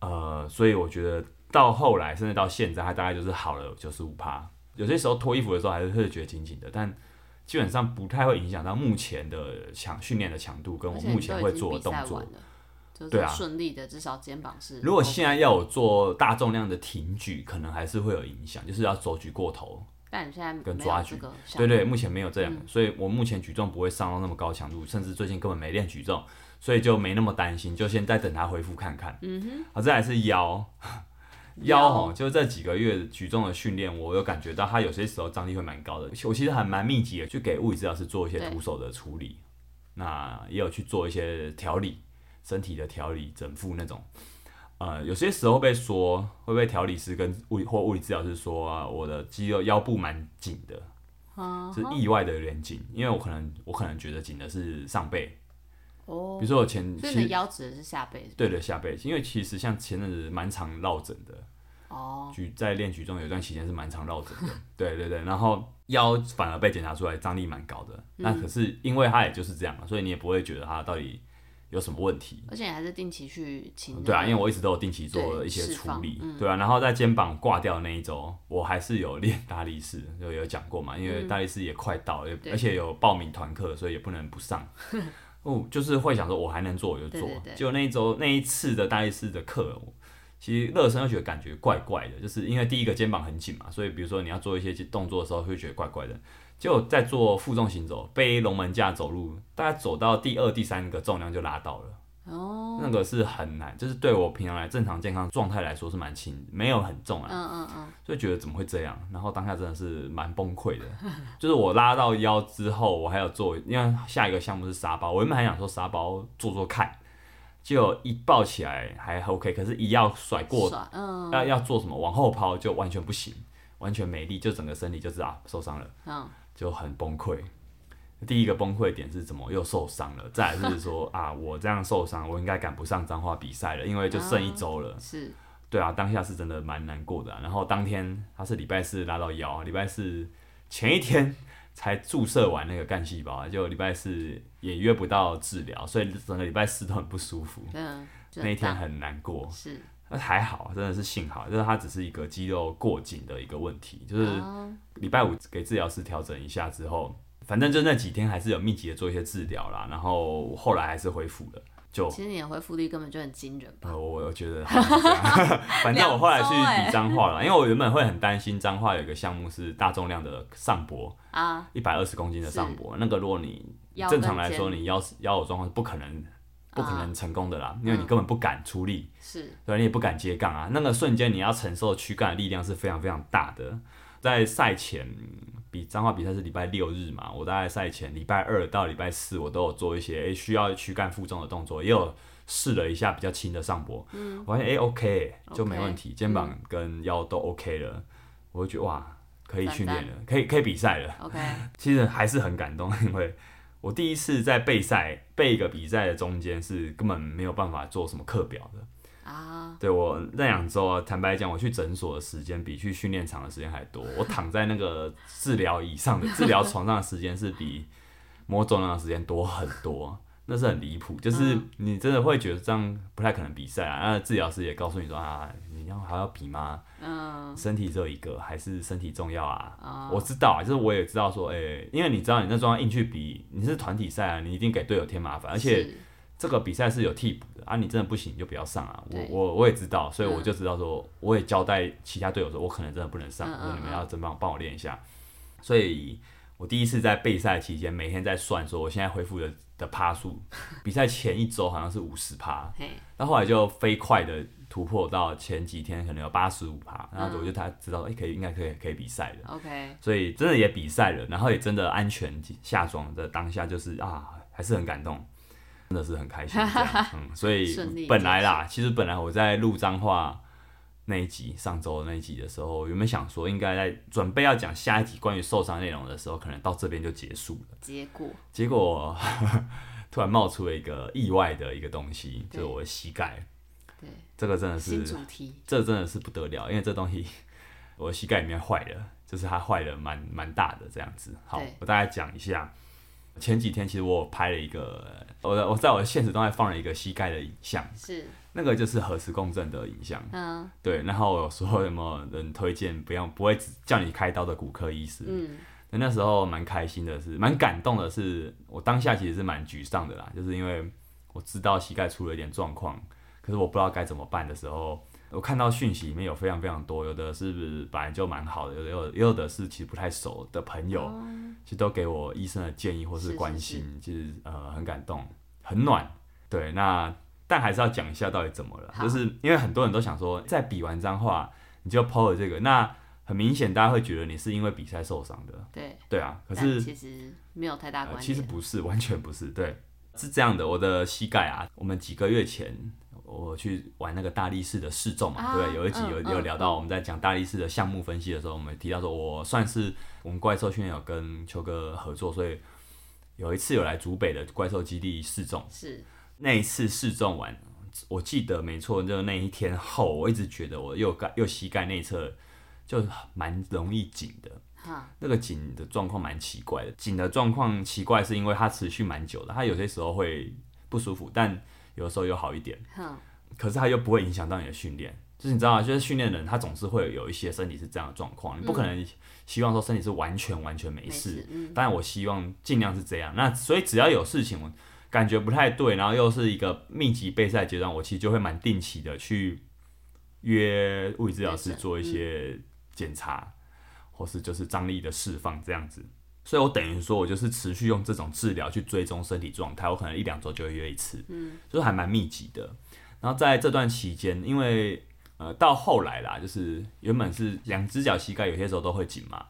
Speaker 1: 呃，所以我觉得到后来，甚至到现在，他大概就是好了九十五趴。有些时候脱衣服的时候还是会觉得紧紧的，但基本上不太会影响到目前的强训练的强度跟我
Speaker 2: 而且
Speaker 1: 目
Speaker 2: 你都
Speaker 1: 前
Speaker 2: 已
Speaker 1: 会
Speaker 2: 经
Speaker 1: 做的
Speaker 2: 比赛
Speaker 1: 动
Speaker 2: 完
Speaker 1: 作。
Speaker 2: 了，就
Speaker 1: 对啊
Speaker 2: 是顺利的，至少肩膀是 OK 的。
Speaker 1: 如果现在要我做大重量的挺举，可能还是会有影响，就是要手举过头。
Speaker 2: 但你现在没
Speaker 1: 跟
Speaker 2: 有
Speaker 1: 抓
Speaker 2: 这
Speaker 1: 举
Speaker 2: 个项
Speaker 1: 对
Speaker 2: 目
Speaker 1: 对，目前没有这两个，所以我目前举重不会上到那么高强度，甚至最近根本没练举重，所以就没那么担心，就先再等它恢复看看。嗯哼，好，再来是腰，腰哦，就这几个月举重的训练，我有感觉到它有些时候张力会蛮高的，我其实还蛮密集的去给物理治疗师做一些
Speaker 2: 对
Speaker 1: 徒手的处理，那也有去做一些调理，身体的调理、整复那种。呃，有些时候被说会被调理师跟物理或物理治疗师说、啊，我的肌肉腰部蛮紧的，
Speaker 2: 啊
Speaker 1: 是意外的有点紧，因为我可能我可能觉得紧的是上背，比
Speaker 2: 哦
Speaker 1: 如，说我前
Speaker 2: 所以你的
Speaker 1: 期
Speaker 2: 腰指的是下背是吧
Speaker 1: 对的下背，因为其实像前阵子蛮常落枕的，
Speaker 2: 哦，
Speaker 1: 举在练举重有一段期间是蛮常落枕的， 对对对，然后腰反而被检查出来张力蛮高的，那
Speaker 2: 嗯
Speaker 1: 可是因为它也就是这样嘛，所以你也不会觉得它到底有什么问题，
Speaker 2: 而且你还是定期去请
Speaker 1: 对啊，因为
Speaker 2: 为
Speaker 1: 我一直都有定期做
Speaker 2: 对
Speaker 1: 一些
Speaker 2: 释
Speaker 1: 处
Speaker 2: 放嗯
Speaker 1: 理，对啊，然后在肩膀挂掉那一周，我还是有练大力士，就有讲过嘛，因为大力士也快到了，
Speaker 2: 嗯对
Speaker 1: 而且有报名团课，所以也不能不 上。哦，就是会想说，我还能做我就做。
Speaker 2: 对对对
Speaker 1: 结果那一周那一次的大力士的课，我其实热身就觉得感觉怪怪的，就是因为第一个肩膀很紧嘛，所以比如说你要做一些动作的时候，会觉得怪怪的。结果在做负重行走，背龙门架走路，大概走到第二、第三个重量就拉到了。
Speaker 2: 哦，
Speaker 1: 那个是很难，就是对我平常来正常健康状态来说是蛮轻，没有很重啊，
Speaker 2: 嗯嗯嗯，
Speaker 1: 所以觉得怎么会这样？然后当下真的是蛮崩溃的。 就是我拉到腰之后，我还有做，因为下一个项目是沙包，我原本还想说沙包做做看，结果一抱起来还 OK，可是一要甩过，
Speaker 2: 爽，嗯
Speaker 1: 要要做什么往后抛就完全不行，完全没力，就整个身体就是啊受伤了。
Speaker 2: 嗯，
Speaker 1: 就很崩溃。第一个崩溃点是怎么又受伤了？再来是说啊，我这样受伤，我应该赶不上彰化比赛了，因为就剩一周 了。
Speaker 2: 是
Speaker 1: 对啊，当下是真的蛮难过的啊、然后当天他是礼拜四拉到腰，啊礼拜四前一天才注射完那个干细胞啊，就礼拜四也约不到治疗，所以整个礼拜四都很不舒服。
Speaker 2: 嗯，就
Speaker 1: 那一天
Speaker 2: 大
Speaker 1: 很难过，
Speaker 2: 是
Speaker 1: 那还好，真的是幸好，就是它只是一个肌肉过紧的一个问题，就是
Speaker 2: 啊
Speaker 1: 礼拜五给治疗师调整一下之后，反正就那几天还是有密集的做一些治疗啦，然后后来还是恢复了。就
Speaker 2: 其实你的恢复力根本就很惊人吧？
Speaker 1: 呃，我我觉得 好像是这样，反正我后来去
Speaker 2: 两周欸
Speaker 1: 比彰化了，因为我原本会很担心彰化有一个项目是大重量的上搏，
Speaker 2: 啊，
Speaker 1: 一百二十公斤的上搏，那个如果你
Speaker 2: 腰
Speaker 1: 正常
Speaker 2: 跟
Speaker 1: 来说
Speaker 2: 肩啊
Speaker 1: 你腰腰有状况是不可能不可能成功的啦，因为你
Speaker 2: 嗯
Speaker 1: 根本不敢出力。
Speaker 2: 是
Speaker 1: 对，你也不敢接杠啊。那个瞬间你要承受躯干的力量是非常非常大的。在赛前，比彰化比赛是礼拜六日嘛，我大概赛前礼拜二到礼拜四我都有做一些诶、需要躯干负重的动作，也有试了一下比较轻的上搏，
Speaker 2: 嗯
Speaker 1: 我发现诶、OK 就没问题肩膀跟腰都 OK 了，我就觉得哇可以
Speaker 2: 赞
Speaker 1: 训练
Speaker 2: 赞
Speaker 1: 了，可以可以比赛了。
Speaker 2: OK，
Speaker 1: 其实还是很感动， 因为我第一次在备赛备一个比赛的中间是根本没有办法做什么课表的。
Speaker 2: 啊，
Speaker 1: 对我那两周啊，坦白讲，我去诊所的时间比去训练场的时间还多。我躺在那个治疗椅上的治疗床上的时间是比摸重量的时间多很多，那是很离谱。就是你真的会觉得这样不太可能比赛啊。那治疗师也告诉你说啊，你要还要比吗？
Speaker 2: 嗯
Speaker 1: 身体只有一个，还是身体重要啊？
Speaker 2: 啊，
Speaker 1: 我知道啊，就是我也知道说，哎、因为你知道你那状态硬去比，你是团体赛啊，你一定给队友添麻烦，而且
Speaker 2: 是
Speaker 1: 这个比赛是有替补的啊，你真的不行你就不要上啊。我
Speaker 2: 对
Speaker 1: 我我也知道，所以
Speaker 2: 嗯
Speaker 1: 我就知道说，我也交代其他队友说，我可能真的不能上，
Speaker 2: 嗯嗯
Speaker 1: 我说你们
Speaker 2: 嗯
Speaker 1: 要真帮帮我练一下。所以我第一次在备赛期间，每天在算说我现在恢复的的趴 数，比赛前一周好像是五十趴，
Speaker 2: 嘿，
Speaker 1: 那后来就飞快的突破到前几天可能有八十五趴，然
Speaker 2: 嗯
Speaker 1: 后我就他知道，哎、可以应该可以可以比赛了，
Speaker 2: OK，
Speaker 1: 所以真的也比赛了，然后也真的安全下装的当下就是啊，还是很感动，真的是很开心这 样，嗯，所
Speaker 2: 顺利
Speaker 1: 以本来啦，其实本来我在录脏话。那一集上周的那一集的时候，原本想说应该在准备要讲下一集关于受伤内容的时候，可能到这边就结束了。
Speaker 2: 结果
Speaker 1: 结果 突然冒出了一个意外的一个东西，就
Speaker 2: 对
Speaker 1: 是我的膝盖。
Speaker 2: 对
Speaker 1: 这个真的是
Speaker 2: 新，主题，
Speaker 1: 这真的是不得了，因为这东西我的膝盖里面坏了，就是它坏了蛮蛮大的这样子。好
Speaker 2: 对，
Speaker 1: 我大概讲一下。前几天其实我有拍了一个，我的我在我的现实动态放了一个膝盖的影像，
Speaker 2: 是
Speaker 1: 那个就是核磁共振的影像。
Speaker 2: 嗯
Speaker 1: 对，然后有说有没有人推荐不要不会只叫你开刀的骨科医师？
Speaker 2: 嗯
Speaker 1: 那那时候蛮开心的是，蛮感动的是，我当下其实是蛮沮丧的啦，就是因为我知道膝盖出了一点状况，可是我不知道该怎么办的时候，我看到讯息里面有非常非常多，有的是本来就蛮好的，有的有也有的是其实不太熟的朋友，其实都给我医生的建议或
Speaker 2: 哦是
Speaker 1: 是
Speaker 2: 是
Speaker 1: 关心，其实呃很感动，很暖。对，那但还是要讲一下到底怎么了，
Speaker 2: 好
Speaker 1: 就是因为很多人都想说，在比完脏话你就 PO 了这个，那很明显大家会觉得你是因为比赛受伤的，
Speaker 2: 对，
Speaker 1: 对啊，可
Speaker 2: 但
Speaker 1: 是
Speaker 2: 其实没有太大
Speaker 1: 呃
Speaker 2: 关
Speaker 1: 其实
Speaker 2: 联，
Speaker 1: 不是， 完全不是。对，是这样的，我的膝盖啊，我们几个月前我去玩那个大力士的试重嘛，
Speaker 2: 啊
Speaker 1: 对不对，有一集
Speaker 2: 嗯
Speaker 1: 有、
Speaker 2: 嗯
Speaker 1: 有聊到我们在讲大力士的项目分析的时候，我们提到说，我算是我们怪兽训练有跟秋哥合作，所以有一次有来竹北的怪兽基地试重，
Speaker 2: 是
Speaker 1: 那一次试重完。我记得没错，就那一天后，我一直觉得我右盖右膝盖内侧就蛮容易紧的，
Speaker 2: 哈
Speaker 1: 那个紧的状况蛮奇怪的，紧的状况奇怪是因为它持续蛮久的，它有些时候会不舒服，但有的时候又好一点，
Speaker 2: 哼
Speaker 1: 可是它又不会影响到你的训练。就是你知道吗？就是训练人，他总是会有一些身体是这样的状况，你不可能希望说身体是完全完全没
Speaker 2: 没
Speaker 1: 事。
Speaker 2: 事，嗯
Speaker 1: 当然，我希望尽量是这样。那所以只要有事情，我感觉不太对，然后又是一个密集备赛阶段，我其实就会蛮定期的去约物理治疗师做一些检查，或是就是张力的释放这样子。所以我等于说，我就是持续用这种治疗去追踪身体状态，我可能一两周就会约一次，嗯，就是还蛮密集的。然后在这段期间，因为呃到后来啦，就是原本是两只脚膝盖有些时候都会紧嘛，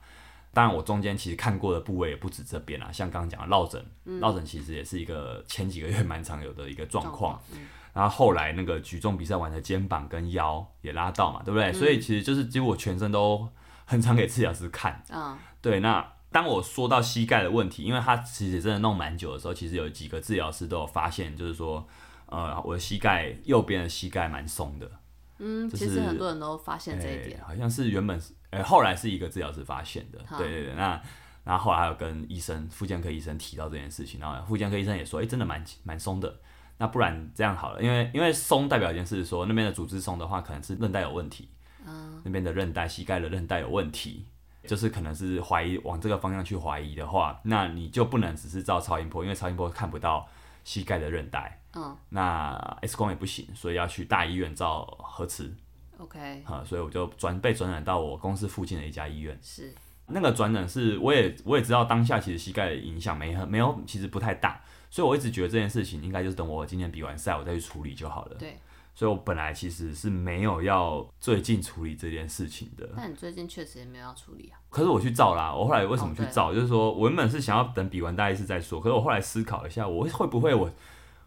Speaker 1: 当然，我中间其实看过的部位也不止这边啦，像刚刚讲的落枕，落枕其实也是一个前几个月蛮常有的一个状况。，
Speaker 2: 嗯
Speaker 1: 然后后来那个举重比赛完的肩膀跟腰也拉到嘛，对不对？所以其实就是几乎我全身都很常给治疗师看。
Speaker 2: 嗯
Speaker 1: 对，那当我说到膝盖的问题，因为他其实真的弄蛮久的时候，其实有几个治疗师都有发现，就是说，呃，我的膝盖右边的膝盖蛮松的，
Speaker 2: 嗯，
Speaker 1: 就
Speaker 2: 其实
Speaker 1: 是
Speaker 2: 很多人都发现这一
Speaker 1: 欸
Speaker 2: 点，
Speaker 1: 好像是原本是，呃、后来是一个治疗师发现的
Speaker 2: 哈，
Speaker 1: 对对对，那然后后来还有跟医生、复健科医生提到这件事情，然后复健科医生也说，哎、真的蛮蛮松的，那不然这样好了，因为因为松代表一件事说那边的组织松的话，可能是韧带有问题，
Speaker 2: 嗯
Speaker 1: 那边的韧带、膝盖的韧带有问题。就是可能是怀疑往这个方向去怀疑的话，那你就不能只是照超音波，因为超音波看不到膝盖的韧带，
Speaker 2: 嗯
Speaker 1: 那 X 光也不行，所以要去大医院照核磁。
Speaker 2: ，OK，
Speaker 1: 啊、所以我就转被转诊到我公司附近的一家医院。
Speaker 2: 是
Speaker 1: 那个转诊是我也我也知道当下其实膝盖的影响没很没有，其实不太大，所以我一直觉得这件事情应该就是等我今天比完赛我再去处理就好了。
Speaker 2: 对。
Speaker 1: 所以我本来其实是没有要最近处理这件事情的，
Speaker 2: 但你最近确实也没有要处理啊，
Speaker 1: 可是我去照啦，我后来为什
Speaker 2: 哦
Speaker 1: 么去
Speaker 2: 对
Speaker 1: 照？就是说我原本是想要等比完大一次再说，可是我后来思考一下，我会不会我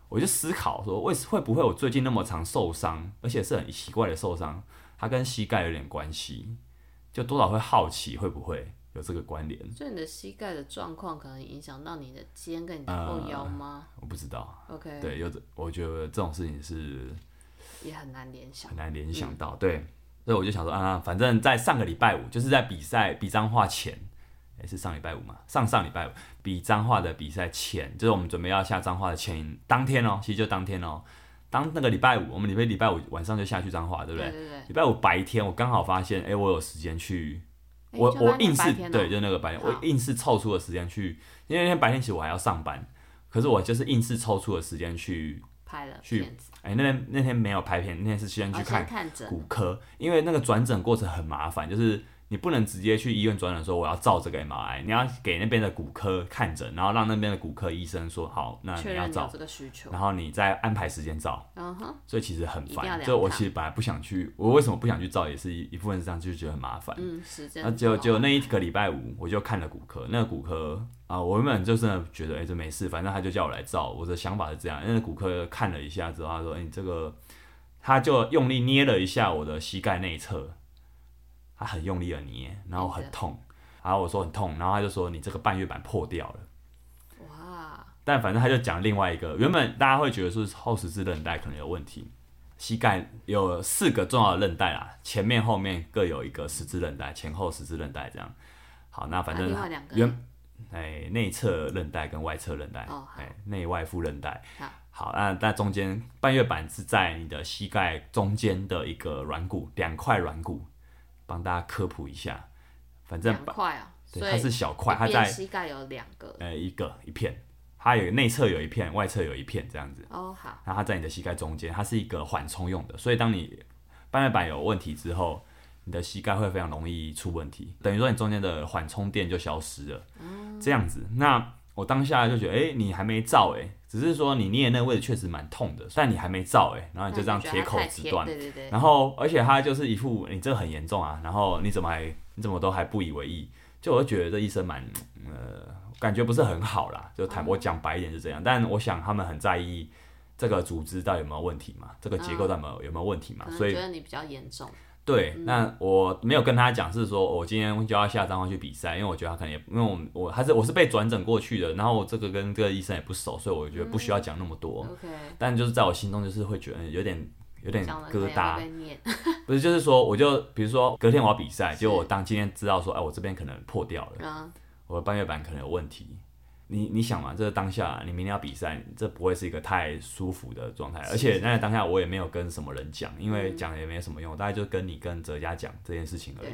Speaker 1: 我就思考说，为会不会我最近那么常受伤，而且是很奇怪的受伤，它跟膝盖有点关系，就多少会好奇会不会有这个关联？
Speaker 2: 所以你的膝盖的状况可能影响到你的肩跟你的后腰吗、
Speaker 1: 我不知道，
Speaker 2: o k，
Speaker 1: 呃对，有这我觉得这种事情是
Speaker 2: 也很难联想
Speaker 1: 很。难联想到，
Speaker 2: 嗯
Speaker 1: 对，所以我就想说啊，反正在上个礼拜五，就是在比赛比彰化前，诶，是上礼拜五嘛，上上礼拜五比彰化的比赛前，就是我们准备要下彰化的前当天哦，其实就当天哦，当那个礼拜五，我们礼拜礼拜五晚上就下去彰化，对不对？
Speaker 2: 对对，
Speaker 1: 礼拜五白天，我刚好发现，诶，我有时间去，
Speaker 2: 哎
Speaker 1: 我
Speaker 2: 就
Speaker 1: 我
Speaker 2: 那
Speaker 1: 硬
Speaker 2: 你白
Speaker 1: 是
Speaker 2: 天哦
Speaker 1: 对，就那个白天，我
Speaker 2: 好
Speaker 1: 硬是凑出了时间去，因为那天白天其实我还要上班，可是我就是硬是抽出了时间去，
Speaker 2: 拍了
Speaker 1: 去
Speaker 2: 片子，
Speaker 1: 诶，那天那天没有拍片，那天是先去
Speaker 2: 哦先
Speaker 1: 看
Speaker 2: 看诊，
Speaker 1: 骨科，因为那个转诊过程很麻烦，就是你不能直接去医院转诊说我要照这个 MRI，你要给那边的骨科看诊，然后让那边的骨科医生说好，那
Speaker 2: 确
Speaker 1: 你
Speaker 2: 认
Speaker 1: 要
Speaker 2: 你有
Speaker 1: 照，
Speaker 2: 这个需求。
Speaker 1: 然后你再安排时间照。
Speaker 2: 嗯哼，
Speaker 1: 所以其实很
Speaker 2: 一定要
Speaker 1: 烦。
Speaker 2: 量
Speaker 1: 这我
Speaker 2: 大
Speaker 1: 其实本来不想去，我为什么不想去照，也是一一部分是这样，就是觉得很麻烦。
Speaker 2: 嗯，时间
Speaker 1: 那
Speaker 2: 不够。
Speaker 1: 结果结果那一个礼拜五，我就看了骨科，那个骨科啊、我原本就真的觉得，哎、这没事，反正他就叫我来照。我的想法是这样，因为骨科看了一下之后，他说，哎、你这个，他就用力捏了一下我的膝盖内侧，他很用力的捏，然后很痛，然后我说很痛，然后他就说你这个半月板破掉了。
Speaker 2: 哇，
Speaker 1: 但反正他就讲另外一个，原本大家会觉得说是后十字韧带可能有问题，膝盖有四个重要的韧带啦，前面后面各有一个十字韧带，前后十字韧带这样。好，那反
Speaker 2: 啊
Speaker 1: 正
Speaker 2: 另外两个
Speaker 1: 原哎内侧韧带跟外侧韧带
Speaker 2: 哦，好
Speaker 1: 哎内外副韧带
Speaker 2: 好。
Speaker 1: 好，那那中间半月板是在你的膝盖中间的一个软骨，两块软骨，帮大家科普一下。反正
Speaker 2: 两块哦，
Speaker 1: 对
Speaker 2: 所以
Speaker 1: 它是小块，
Speaker 2: 一
Speaker 1: 它
Speaker 2: 边
Speaker 1: 在
Speaker 2: 膝盖有两个。
Speaker 1: 呃一个一片，它有内侧有一片，外侧有一片这样子。
Speaker 2: 哦，好，
Speaker 1: 然后它在你的膝盖中间，它是一个缓冲用的，所以当你半月板有问题之后，你的膝盖会非常容易出问题，等于说你中间的缓冲垫就消失了。这样子，那我当下就觉得，哎、你还没照哎、只是说你捏的那个位置确实蛮痛的，但你还没照哎、然后你就这样
Speaker 2: 那
Speaker 1: 铁
Speaker 2: 觉得它
Speaker 1: 口
Speaker 2: 太
Speaker 1: 直
Speaker 2: 贴
Speaker 1: 断，
Speaker 2: 对对对，
Speaker 1: 然后，而且他就是一副你这很严重啊，然后你怎么还你怎么都还不以为意？就我就觉得这医生蛮呃，感觉不是很好啦。就
Speaker 2: 嗯
Speaker 1: 坦我讲白一点是这样，但我想他们很在意这个组织到底有没有问题嘛，这个结构到底有没有有没有问题嘛，
Speaker 2: 嗯可能
Speaker 1: 所以
Speaker 2: 觉得嗯你比较严重。
Speaker 1: 对，那我没有跟他讲是说哦我今天就要下彰化去比赛，因为我觉得他可能也因为我们我还是我是被转诊过去的，然后我这个跟这个医生也不熟，所以我觉得不需要讲那么多。
Speaker 2: OK，
Speaker 1: 但就是在我心中就是会觉得有点有点
Speaker 2: 讲了
Speaker 1: 疙
Speaker 2: 可能
Speaker 1: 瘩
Speaker 2: 会，被 念。
Speaker 1: 不是，就是说，我就比如说隔天我要比赛，
Speaker 2: 是
Speaker 1: 结果我当今天知道说，哎，我这边可能破掉了，
Speaker 2: 嗯，
Speaker 1: 我的半月板可能有问题。你你想嘛，这个当下你明天要比赛，这不会是一个太舒服的状态，而且那个当下我也没有跟什么人讲，因
Speaker 2: 嗯
Speaker 1: 为讲也没什么用，大概就跟你跟哲佳讲这件事情而已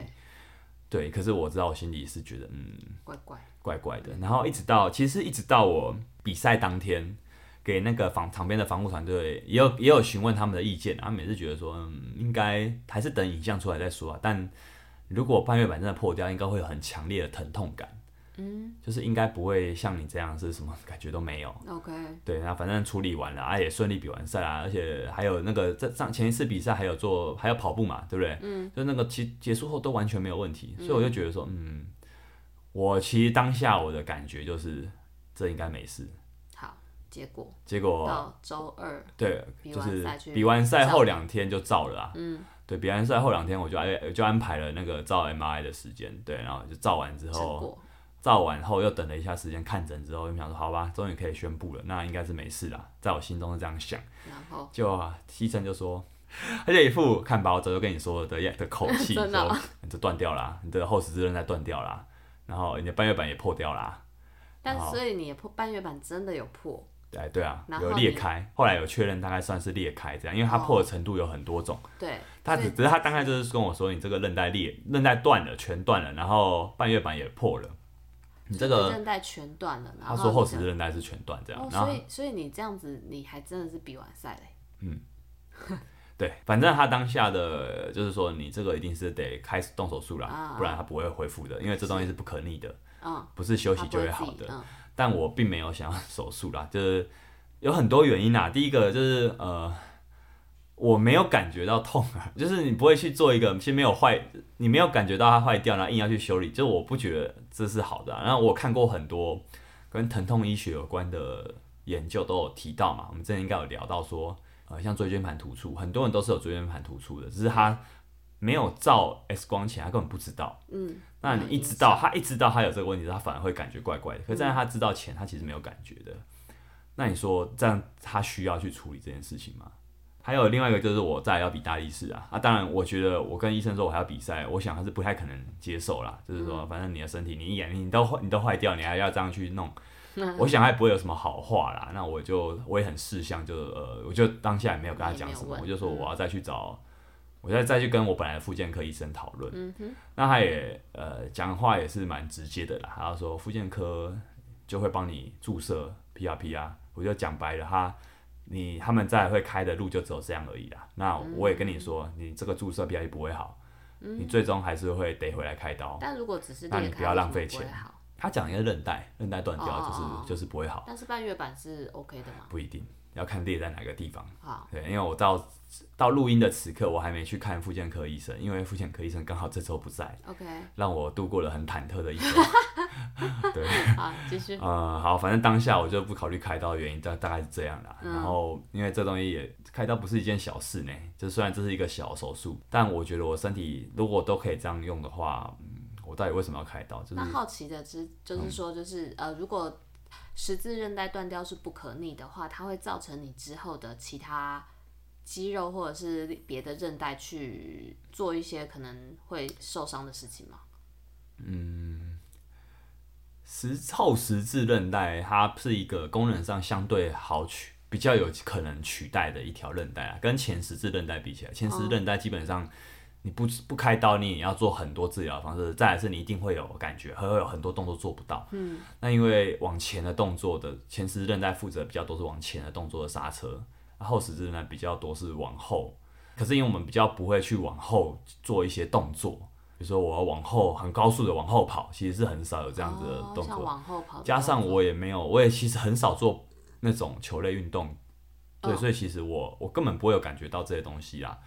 Speaker 2: 对。，
Speaker 1: 对，可是我知道我心里是觉得，嗯，
Speaker 2: 怪怪。
Speaker 1: 怪怪的。然后一直到其实一直到我比赛当天，给那个防旁边的防护团队也有也有询问他们的意见，啊他们也是觉得说，嗯，应该还是等影像出来再说啊。但如果半月板真的破掉，应该会有很强烈的疼痛感，
Speaker 2: 嗯
Speaker 1: 就是应该不会像你这样是什么感觉都没有。
Speaker 2: ，OK，
Speaker 1: 对，然后反正处理完了啊，也顺利比完赛啦，而且还有那个在上前一次比赛还有做还有跑步嘛，对不对？嗯，就那个其结束后都完全没有问题，所以我就觉得说，嗯，我其实当下我的感觉就是这应该没事，
Speaker 2: 好，结果
Speaker 1: 结果
Speaker 2: 到周二，
Speaker 1: 对，
Speaker 2: 比
Speaker 1: 就
Speaker 2: 完
Speaker 1: 是
Speaker 2: 赛去
Speaker 1: 比完赛
Speaker 2: 照
Speaker 1: 后两天就照了啊，
Speaker 2: 嗯，
Speaker 1: 对，比完赛后两天我就哎就安排了那个照 MRI 的时间，对，然后就照完之
Speaker 2: 结
Speaker 1: 后，
Speaker 2: 果
Speaker 1: 照完后又等了一下时间看诊之后，就想说好吧，终于可以宣布了，那应该是没事啦，在我心中是这样想。
Speaker 2: 然后
Speaker 1: 就、啊、医生就说，而且一副看吧，我早就跟你说了的样的口气，
Speaker 2: 真的哦
Speaker 1: 说你这断掉啦，你的后十字韧带断掉啦，然后你的半月板也破掉啦，
Speaker 2: 但
Speaker 1: 好
Speaker 2: 所以你的破半月板真的有破，
Speaker 1: 哎对啊，
Speaker 2: 然后
Speaker 1: 有裂开，后来有确认大概算是裂开这样，因为它
Speaker 2: 哦
Speaker 1: 破的程度有很多种，
Speaker 2: 对，
Speaker 1: 他
Speaker 2: 所
Speaker 1: 只
Speaker 2: 以
Speaker 1: 只是他大概就是跟我说你这个韧带裂，韧带断了，全断了，然后半月板也破了，你这个
Speaker 2: 韧带全断了，然
Speaker 1: 他
Speaker 2: 后
Speaker 1: 说后
Speaker 2: 你
Speaker 1: 十
Speaker 2: 的
Speaker 1: 字韧带是全断这样，
Speaker 2: 啊哦，
Speaker 1: 然后
Speaker 2: 所以所以你这样子，你还真的是比完赛嘞，
Speaker 1: 对，反正他当下的就是说，你这个一定是得开始动手术啦，
Speaker 2: 啊
Speaker 1: 不然他不会恢复的，因为这东西是不可逆的，
Speaker 2: 嗯，
Speaker 1: 不是休
Speaker 2: 他
Speaker 1: 息
Speaker 2: 不
Speaker 1: 就
Speaker 2: 会
Speaker 1: 会好
Speaker 2: 自己，
Speaker 1: 的。
Speaker 2: 嗯，
Speaker 1: 但我并没有想要手术啦，就是有很多原因啦。第一个就是呃，我没有感觉到痛啊， 就是你不会去做一个其实没有坏，你没有感觉到它坏掉，然后硬要去修理，就是我不觉得这是好的啊、然后我看过很多跟疼痛医学有关的研究都有提到嘛，我们之前应该有聊到说，呃，像椎间盘突出，很多人都是有椎间盘突出的，只是他没有照 X 光前，他根本不知道。
Speaker 2: 嗯，
Speaker 1: 那你一知道，他一知道他有这个问题，他反而会感觉怪怪的。可是在他知道前，他其实没有感觉的。那你说这样他需要去处理这件事情吗？还有另外一个就是我再来要比大力士啊，啊，当然我觉得我跟医生说我还要比赛，我想他是不太可能接受啦。就是说，反正你的身体你一眼你都坏你都坏掉，你还要这样去弄，
Speaker 2: 嗯
Speaker 1: 我想他也不会有什么好话啦。那我就我也很识相，就呃，我就当下也没有跟他讲什么，我
Speaker 2: 你也没有问嗯
Speaker 1: 就说我要再去找，我再再去跟我本来的复健科医生讨论。那他也呃讲话也是蛮直接的啦，他说复健科就会帮你注射 PRP 啊，我就讲白了，他你
Speaker 2: 嗯
Speaker 1: 他们在会开的路就只有这样而已啦。那我也跟你说，你这个注射 PRP 不会好，你最终还是会得回来开刀。
Speaker 2: 但如果只是
Speaker 1: 那
Speaker 2: 裂
Speaker 1: 你不
Speaker 2: 开，
Speaker 1: 要
Speaker 2: 为
Speaker 1: 浪
Speaker 2: 什么
Speaker 1: 费
Speaker 2: 不会
Speaker 1: 钱
Speaker 2: 好
Speaker 1: 他讲一个韧带，韧带断掉
Speaker 2: 哦
Speaker 1: 就是
Speaker 2: 哦哦
Speaker 1: 就是不会好，
Speaker 2: 但是半月板是 OK 的嘛？
Speaker 1: 不一定要看裂在哪个地方。
Speaker 2: 好，
Speaker 1: 对，因为我到到录音的此刻，我还没去看复健科医生，因为复健科医生刚好这周不在，
Speaker 2: ，OK，
Speaker 1: 让我度过了很忐忑的一周。
Speaker 2: 好，继续。
Speaker 1: 呃， 好，反正当下我就不考虑开刀的原因，大大概是这样啦。
Speaker 2: 嗯
Speaker 1: 然后因为这东西也开刀不是一件小事呢，就虽然这是一个小手术，但我觉得我身体如果都可以这样用的话，嗯，我到底为什么要开刀？就是嗯
Speaker 2: 那好奇的之就是说，就是、呃，如果十字韧带断掉是不可逆的话，它会造成你之后的其他肌肉或者是别的韧带去做一些可能会受伤的事情吗？
Speaker 1: 十后十字韧带，它是一个功能上相对好取、比较有可能取代的一条韧带啊，跟前十字韧带比起来，前
Speaker 2: 哦
Speaker 1: 十字韧带基本上你不不开刀，你也要做很多治疗方式，再来是你一定会有感觉，还会有很多动作做不到。嗯，那因为往前的动作的前十字韧带负责比较多是往前的动作的刹车，然后十字韧带比较多是往后。可是因为我们比较不会去往后做一些动作，比如说我要往后很高速的往后跑，其实是很少有这样子的
Speaker 2: 哦
Speaker 1: 动
Speaker 2: 像
Speaker 1: 作。
Speaker 2: 往后跑的动作，
Speaker 1: 加上我也没有，我也其实很少做那种球类运动，对，
Speaker 2: 嗯
Speaker 1: 所以其实我我根本不会有感觉到这些东西啦。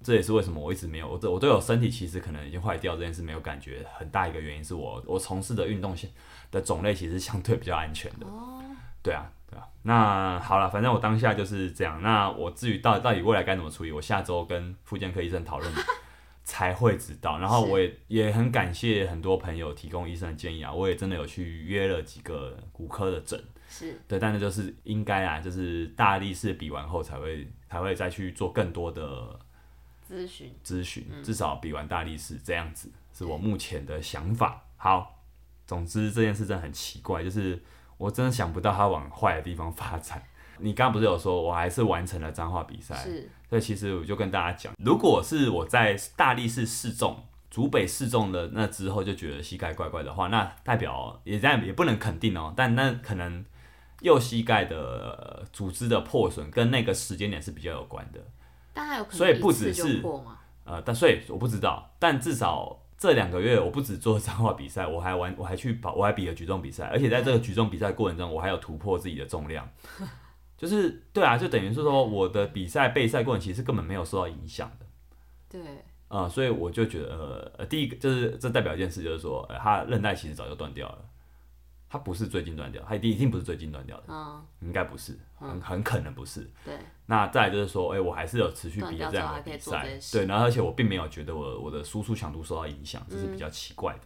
Speaker 1: 这也是为什么我一直没有，我对我对我身体其实可能已经坏掉这件事没有感觉，很大一个原因是我我从事的运动项的种类其实相对比较安全的。
Speaker 2: 哦，
Speaker 1: 对啊，对啊。那好了，反正我当下就是这样。那我至于到到底未来该怎么处理，我下周跟复健科医生 讨论才会知道。然后
Speaker 2: 是
Speaker 1: 我也也很感谢很多朋友提供医生的建议啊，我也真的有去约了几个骨科的诊。
Speaker 2: 是
Speaker 1: 对，但那就是应该啊，就是大力士比完后才会才会再去做更多的
Speaker 2: 咨询。
Speaker 1: 咨询，至少比完大力士这样子，是我目前的想法。好，总之这件事真的很奇怪，就是我真的想不到它往坏的地方发展。 你刚刚不是有说，我还是完成了脏话比赛，
Speaker 2: 是
Speaker 1: 所以其实我就跟大家讲，如果是我在大力士试中、竹北试中的那之后就觉得膝盖怪怪的话，那代表也在也不能肯定哦，但那可能右膝盖的呃组织的破损跟那个时间点是比较有关的。
Speaker 2: 但还有可能
Speaker 1: 所以
Speaker 2: 一
Speaker 1: 不
Speaker 2: 次
Speaker 1: 只
Speaker 2: 就是破嘛？
Speaker 1: 呃，但所以我不知道，但至少这两个月我不止做 脏话比赛，我还玩，我还去跑，我还比了举重比赛，而且在这个举重比赛过程中，我还有突破自己的重量， 就是对啊，就等于是说我的比赛备赛过程其实根本没有受到影响的。
Speaker 2: 对，
Speaker 1: 呃，所以我就觉得，呃呃，第一个就是这代表一件事，就是说，呃，他韧带其实早就断掉了，他不是最近断掉，他一定一定不是最近断掉的，
Speaker 2: 嗯，
Speaker 1: 应该不是，很很可能不是。
Speaker 2: 对，
Speaker 1: 那再来就是说，哎、我还是有持
Speaker 2: 啊
Speaker 1: 续比了这样的比
Speaker 2: 断掉之后还可以做这
Speaker 1: 赛
Speaker 2: 些，事
Speaker 1: 对，然后而且我并没有觉得我我的输出强度受到影响，这是比
Speaker 2: 嗯
Speaker 1: 较奇怪的。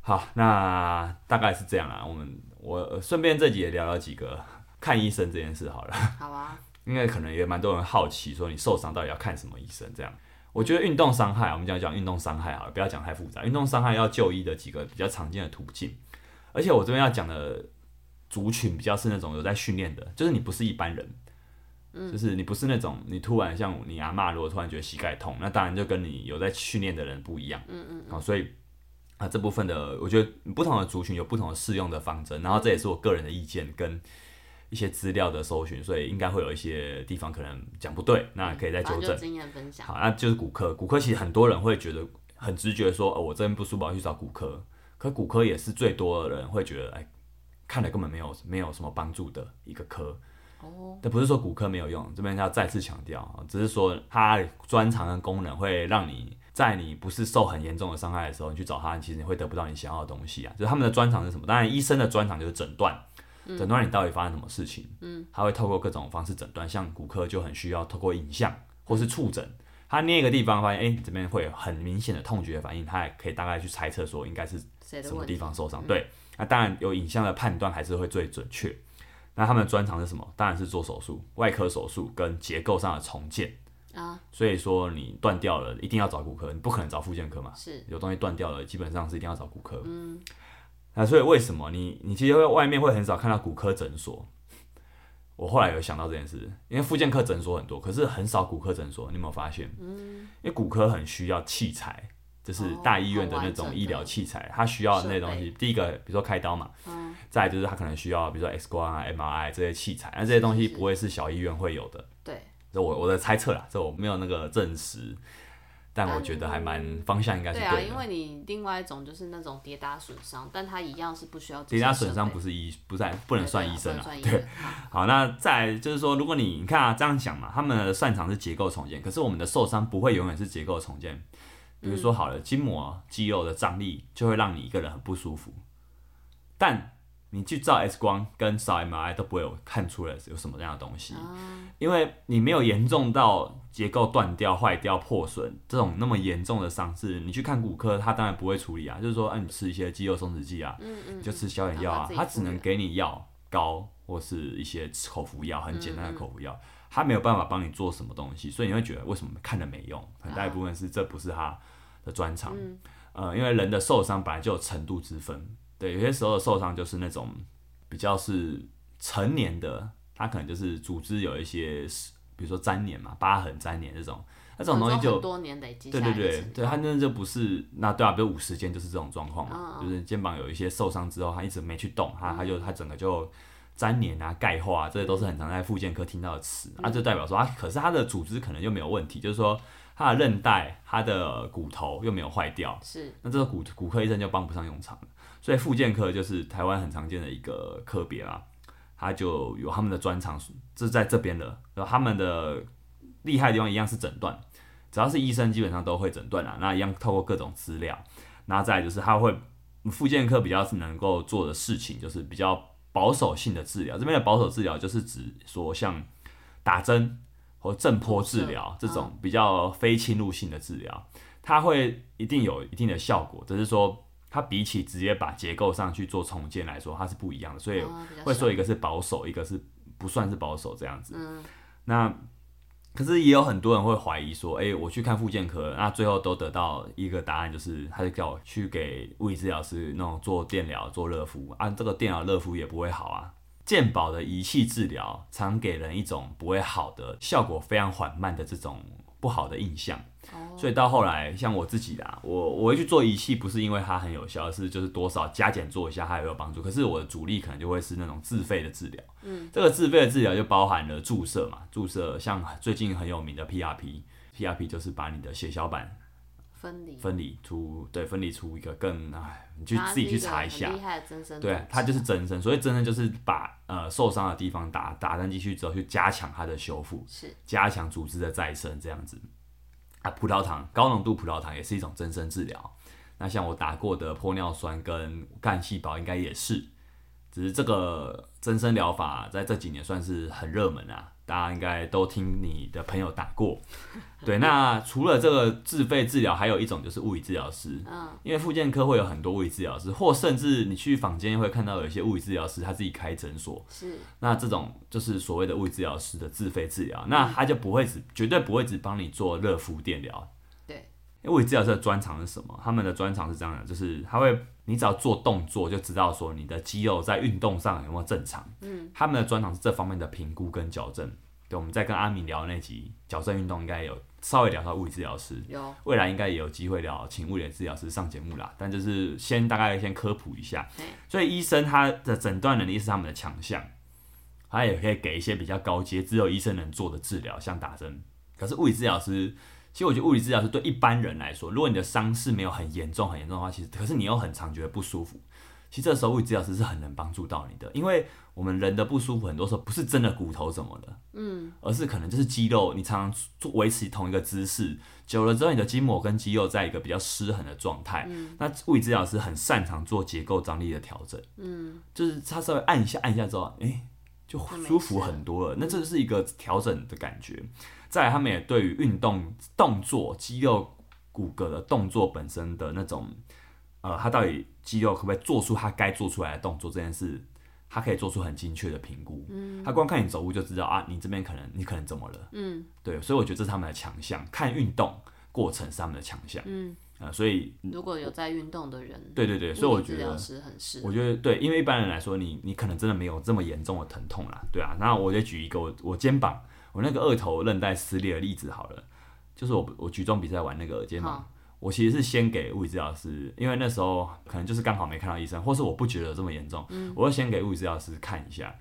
Speaker 1: 好，那大概是这样啦。我们我呃顺便这集也聊聊几个看医生这件事好了，
Speaker 2: 好啊，
Speaker 1: 因为可能也蛮多人好奇说你受伤到底要看什么医生这样。我觉得运动伤害，我们讲讲运动伤害好了，不要讲太复杂。运动伤害要就医的几个比较常见的途径，而且我这边要讲的族群比较是那种有在训练的，就是你不是一般人，就是你不是那种你突然像你阿嬷，如果突然觉得膝盖痛，那当然就跟你有在训练的人不一样，嗯嗯啊、所以啊这部分的我觉得不同的族群有不同的适用的方针，然后这也是我个人的意见跟一些资料的搜寻，所以应该会有一些地方可能讲不对， 那可以再
Speaker 2: 反
Speaker 1: 纠
Speaker 2: 正
Speaker 1: 嗯正
Speaker 2: 就。经验分享。
Speaker 1: 好，那就是骨科。骨科其实很多人会觉得很直觉说，哦，我这边不舒服，我要去找骨科。可骨科也是最多人会觉得，哎，看了根本没有没有什么帮助的一个科。
Speaker 2: 哦，
Speaker 1: 但不是说骨科没有用，这边要再次强调，啊只是说它专长跟功能会让你在你不是受很严重的伤害的时候，你去找他，其实你会得不到你想要的东西啊。就是他们的专长是什么？当然，医生的专长就是诊断，诊断你到底发生什么事情。嗯，他会透过各种方式诊断，像骨科就很需要透过影像或是触诊。他捏一个地方，发现哎、这边会有很明显的痛觉反应，他也可以大概去猜测说应该是
Speaker 2: 谁
Speaker 1: 什
Speaker 2: 的问
Speaker 1: 么
Speaker 2: 题嗯
Speaker 1: 地？方受伤。对，那当然有影像的判断还是会最准确。那他们的专长是什么？当然是做手术、外科手术跟结构上的重建。
Speaker 2: 啊，
Speaker 1: 所以说你断掉了，一定要找骨科，你不可能找复健科嘛。
Speaker 2: 是
Speaker 1: 有东西断掉了，基本上是一定要找骨科。嗯，那所以为什么你你其实会外面会很少看到骨科诊所？我后来有想到这件事，因为复健科诊所很多，可是很少骨科诊所。你有没有发现？嗯，因为骨科很需要器材，就是
Speaker 2: 哦
Speaker 1: 大医院的那
Speaker 2: 很完整
Speaker 1: 种
Speaker 2: 的
Speaker 1: 医疗器材，它需要那东
Speaker 2: 设
Speaker 1: 西。第一个，比如说开刀嘛，
Speaker 2: 嗯
Speaker 1: 再来就是它可能需要，比如说 X 光啊、MRI 这些器材，那这些东西
Speaker 2: 是是
Speaker 1: 不会是小医院会有的。
Speaker 2: 对，
Speaker 1: 这我我的猜测啦，这我没有那个证实。但我觉得还蛮方向应该是
Speaker 2: 啊对啊，
Speaker 1: 对
Speaker 2: 因
Speaker 1: 的。
Speaker 2: 为你另外一种就是那种跌打损伤，但它一样是不需要
Speaker 1: 跌打损伤不
Speaker 2: 是
Speaker 1: 是医不在不能算医生
Speaker 2: 啊，
Speaker 1: 啊
Speaker 2: 不能算，医
Speaker 1: 对。
Speaker 2: 生好
Speaker 1: 好，那再来就是说，如果你你看啊，这样想嘛，他们的擅长是结构重建，可是我们的受伤不会永远是结构重建。比如说好了，筋膜肌肉的张力就会让你一个人很不舒服，但你去照 X 光跟扫 MRI 都不会有看出来有什么样的东西，因为你没有严重到结构断掉、坏掉、破损这种那么严重的伤势，你去看骨科，他当然不会处理啊，就是说，啊，你吃一些肌肉松弛剂啊，你就吃消炎药啊，
Speaker 2: 让
Speaker 1: 他
Speaker 2: 它自己
Speaker 1: 只能
Speaker 2: 复
Speaker 1: 给
Speaker 2: 原
Speaker 1: 你药膏或是一些口服药，很简单的口服药，他没有办法帮你做什么东西，所以你会觉得为什么看了没用？很大一部分是这不是他的专长，呃，因为人的受伤本来就有程度之分，对，有些时候的受伤就是那种比较是成年的，他可能就是组织有一些，比如说粘连嘛、疤痕粘连这种，那 这种东西
Speaker 2: 这种
Speaker 1: 就
Speaker 2: 哦很多年累积
Speaker 1: 对
Speaker 2: 下来
Speaker 1: 对
Speaker 2: 的
Speaker 1: 对
Speaker 2: 情
Speaker 1: 对，他那就不是那对啊，比如五十肩就是这种状况嘛，
Speaker 2: 嗯
Speaker 1: 就是肩膀有一些受伤之后，他一直没去动，他他就他整个就粘连啊、钙化、啊，这些都是很常在复健科听到的词。那、就
Speaker 2: 嗯
Speaker 1: 代表说他，可是他的组织可能又没有问题，就是说他的韧带、他的骨头又没有坏掉，
Speaker 2: 是
Speaker 1: 那这个骨骨科医生就帮不上用场了。所以复健科就是台湾很常见的一个科别啦，他就有他们的专长，这是在这边了。然后他们的厉害的地方一样是诊断，只要是医生基本上都会诊断啦。那一样透过各种资料，然后再来就是他会复健科比较是能够做的事情，就是比较保守性的治疗。这边的保守治疗就是指说像打针或震波治疗嗯这种比较非侵入性的治疗，它会一定有一定的效果，只是说它比起直接把结构上去做重建来说，它是不一样的。所以
Speaker 2: 哦比较
Speaker 1: 会
Speaker 2: 小嗯
Speaker 1: 说一个是保守，一个是不算是保守这样子。那可是也有很多人会怀疑说，哎、我去看复健科，那最后都得到一个答案，就是他就叫我去给物理治疗师那种做电疗、做热敷，按、这个电疗热敷也不会好啊。健保的仪器治疗常给人一种不会好的效果非常缓慢的这种不好的印象，所以到后来像我自己啦，我我会去做仪器，不是因为它很有效，而是就是多少加减做一下它也有帮助。可是我的主力可能就会是那种自费的治疗，这个自费的治疗就包含了注射嘛，注射像最近很有名的 PRP，PRP 就是把你的血小板
Speaker 2: 分离，
Speaker 1: 分离出，对，分离出一个更，哎，你去
Speaker 2: 它是
Speaker 1: 自己去
Speaker 2: 啊一个
Speaker 1: 查一
Speaker 2: 很
Speaker 1: 下
Speaker 2: 厉，害的增生
Speaker 1: 对啊
Speaker 2: 种，
Speaker 1: 它就是
Speaker 2: 子
Speaker 1: 增生，所以增生就是把呃受伤的地方打打针进去之后去加强它的修复，
Speaker 2: 是
Speaker 1: 加强组织的再生这样子。啊，葡萄糖高浓度葡萄糖也是一种增生治疗。那像我打过的玻尿酸跟干细胞应该也是，只是这个增生疗法在这几年算是很热门啊，大家应该都听你的朋友打过。 对，那除了这个自费治疗，还有一种就是物理治疗师，
Speaker 2: 嗯，
Speaker 1: 因为复健科会有很多物理治疗师，或甚至你去坊间会看到有一些物理治疗师他自己开诊所，
Speaker 2: 是
Speaker 1: 那这种就是所谓的物理治疗师的自费治疗，那他就不会只绝对不会只帮你做热敷电疗。
Speaker 2: 对，
Speaker 1: 因为物理治疗师的专长是什么？他们的专长是这样的，就是他会你只要做动作就知道说你的肌肉在运动上有没有正常。嗯，他们的专长是这方面的评估跟矫正。对，我们在跟阿敏聊那集矫正运动，应该有稍微聊到物理治疗师。
Speaker 2: 有
Speaker 1: 未来应该也有机会聊请物理治疗师上节目啦，但就是先大概先科普一下
Speaker 2: 对。
Speaker 1: 所以医生他的诊断能力是他们的强项，他也可以给一些比较高阶、只有医生能做的治疗，像打针。可是物理治疗师，其实我觉得物理治疗师对一般人来说，如果你的伤势没有很严重、很严重的话，其实可是你又很常觉得不舒服，其实这时候物理治疗师是很能帮助到你的，因为我们人的不舒服很多时候不是真的骨头怎么了，嗯，而是可能就是肌肉，你常常做维持同一个姿势，久了之后你的筋膜跟肌肉在一个比较失衡的状态，那物理治疗师很擅长做结构张力的调整，嗯，就是他稍微按一下按一下之后，哎、就
Speaker 2: 就没
Speaker 1: 舒服
Speaker 2: 事了
Speaker 1: 很多了，那这是一个调整的感觉。再来，他们也对于运动动作、肌肉、骨骼的动作本身的那种，呃，他到底肌肉可不可以做出他该做出来的动作这件事，他可以做出很精确的评估。嗯，他光看你走路就知道啊，你这边可能你可能怎么了。嗯，对，所以我觉得这是他们的强项，看运动过程是他们的强项。嗯，呃，所以
Speaker 2: 如果有在运动的人，
Speaker 1: 对对对，
Speaker 2: 物
Speaker 1: 所以我
Speaker 2: 理
Speaker 1: 觉
Speaker 2: 治疗
Speaker 1: 得
Speaker 2: 师很适合
Speaker 1: 我觉得对，因为一般人来说，你你可能真的没有这么严重的疼痛啦，对啊。那我就举一个我我肩膀我那个二头韧带撕裂的例子好了，就是我我举重比赛玩那个肩膀
Speaker 2: 好，
Speaker 1: 我其实是先给物理治疗师，因为那时候可能就是刚好没看到医生，或是我不觉得这么严重，
Speaker 2: 嗯
Speaker 1: 我就先给物理治疗师看一下。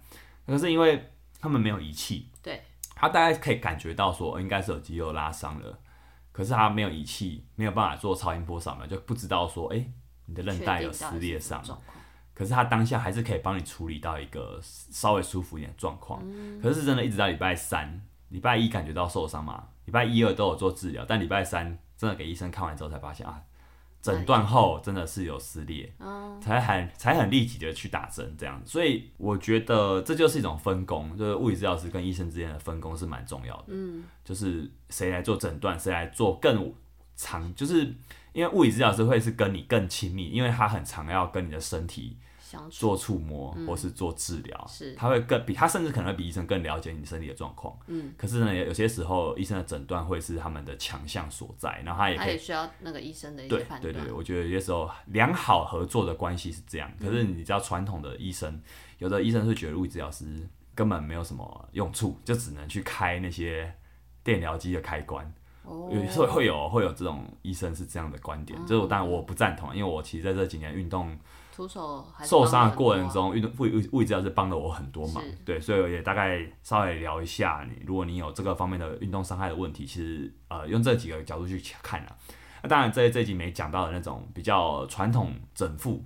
Speaker 1: 可是因为他们没有仪器，
Speaker 2: 对，
Speaker 1: 他大概可以感觉到说呃应该是有肌肉拉伤了。可是他没有仪器，没有办法做超音波扫描，就不知道说，哎、你的韧带有撕裂伤
Speaker 2: 确定到底是什么。状况
Speaker 1: 可是他当下还是可以帮你处理到一个稍微舒服一点的状况。可是真的一直到礼拜三、礼拜一感觉到受伤嘛，礼拜一、二都有做治疗，但礼拜三真的给医生看完之后才发现啊，诊断后真的是有撕裂，才很才很立即的去打针这样。所以我觉得这就是一种分工，就是物理治疗师跟医生之间的分工是蛮重要的。嗯，就是谁来做诊断，谁来做更长，就是因为物理治疗师会是跟你更亲密，因为他很常要跟你的身体。
Speaker 2: 相处
Speaker 1: 做触摸或是做治疗，
Speaker 2: 嗯是
Speaker 1: 他会更比他甚至可能会比医生更了解你身体的状况。嗯，可是呢，有些时候医生的诊断会是他们的强项所在，然后他也
Speaker 2: 他
Speaker 1: 可以
Speaker 2: 也需要那个医生的一些
Speaker 1: 对
Speaker 2: 判
Speaker 1: 对
Speaker 2: 断。
Speaker 1: 对，对我觉得有些时候良好合作的关系是这样。可是
Speaker 2: 嗯
Speaker 1: 你知道传统的医生，有的医生是觉得物理治疗师根本没有什么用处，就只能去开那些电疗机的开关。
Speaker 2: 哦，
Speaker 1: 有时候会有会有这种医生是这样的观点，这、是我当然我不赞同，因为我其实在这几年运动
Speaker 2: 徒手还是
Speaker 1: 受伤的
Speaker 2: 帮我
Speaker 1: 过
Speaker 2: 很
Speaker 1: 程
Speaker 2: 多啊，
Speaker 1: 中，运动物理物理治疗师帮了我很多忙
Speaker 2: 是，
Speaker 1: 对，所以我也大概稍微聊一下你，如果你有这个方面的运动伤害的问题，其实呃用这几个角度去看啊。那当然这这一集没讲到的那种比较传统整腹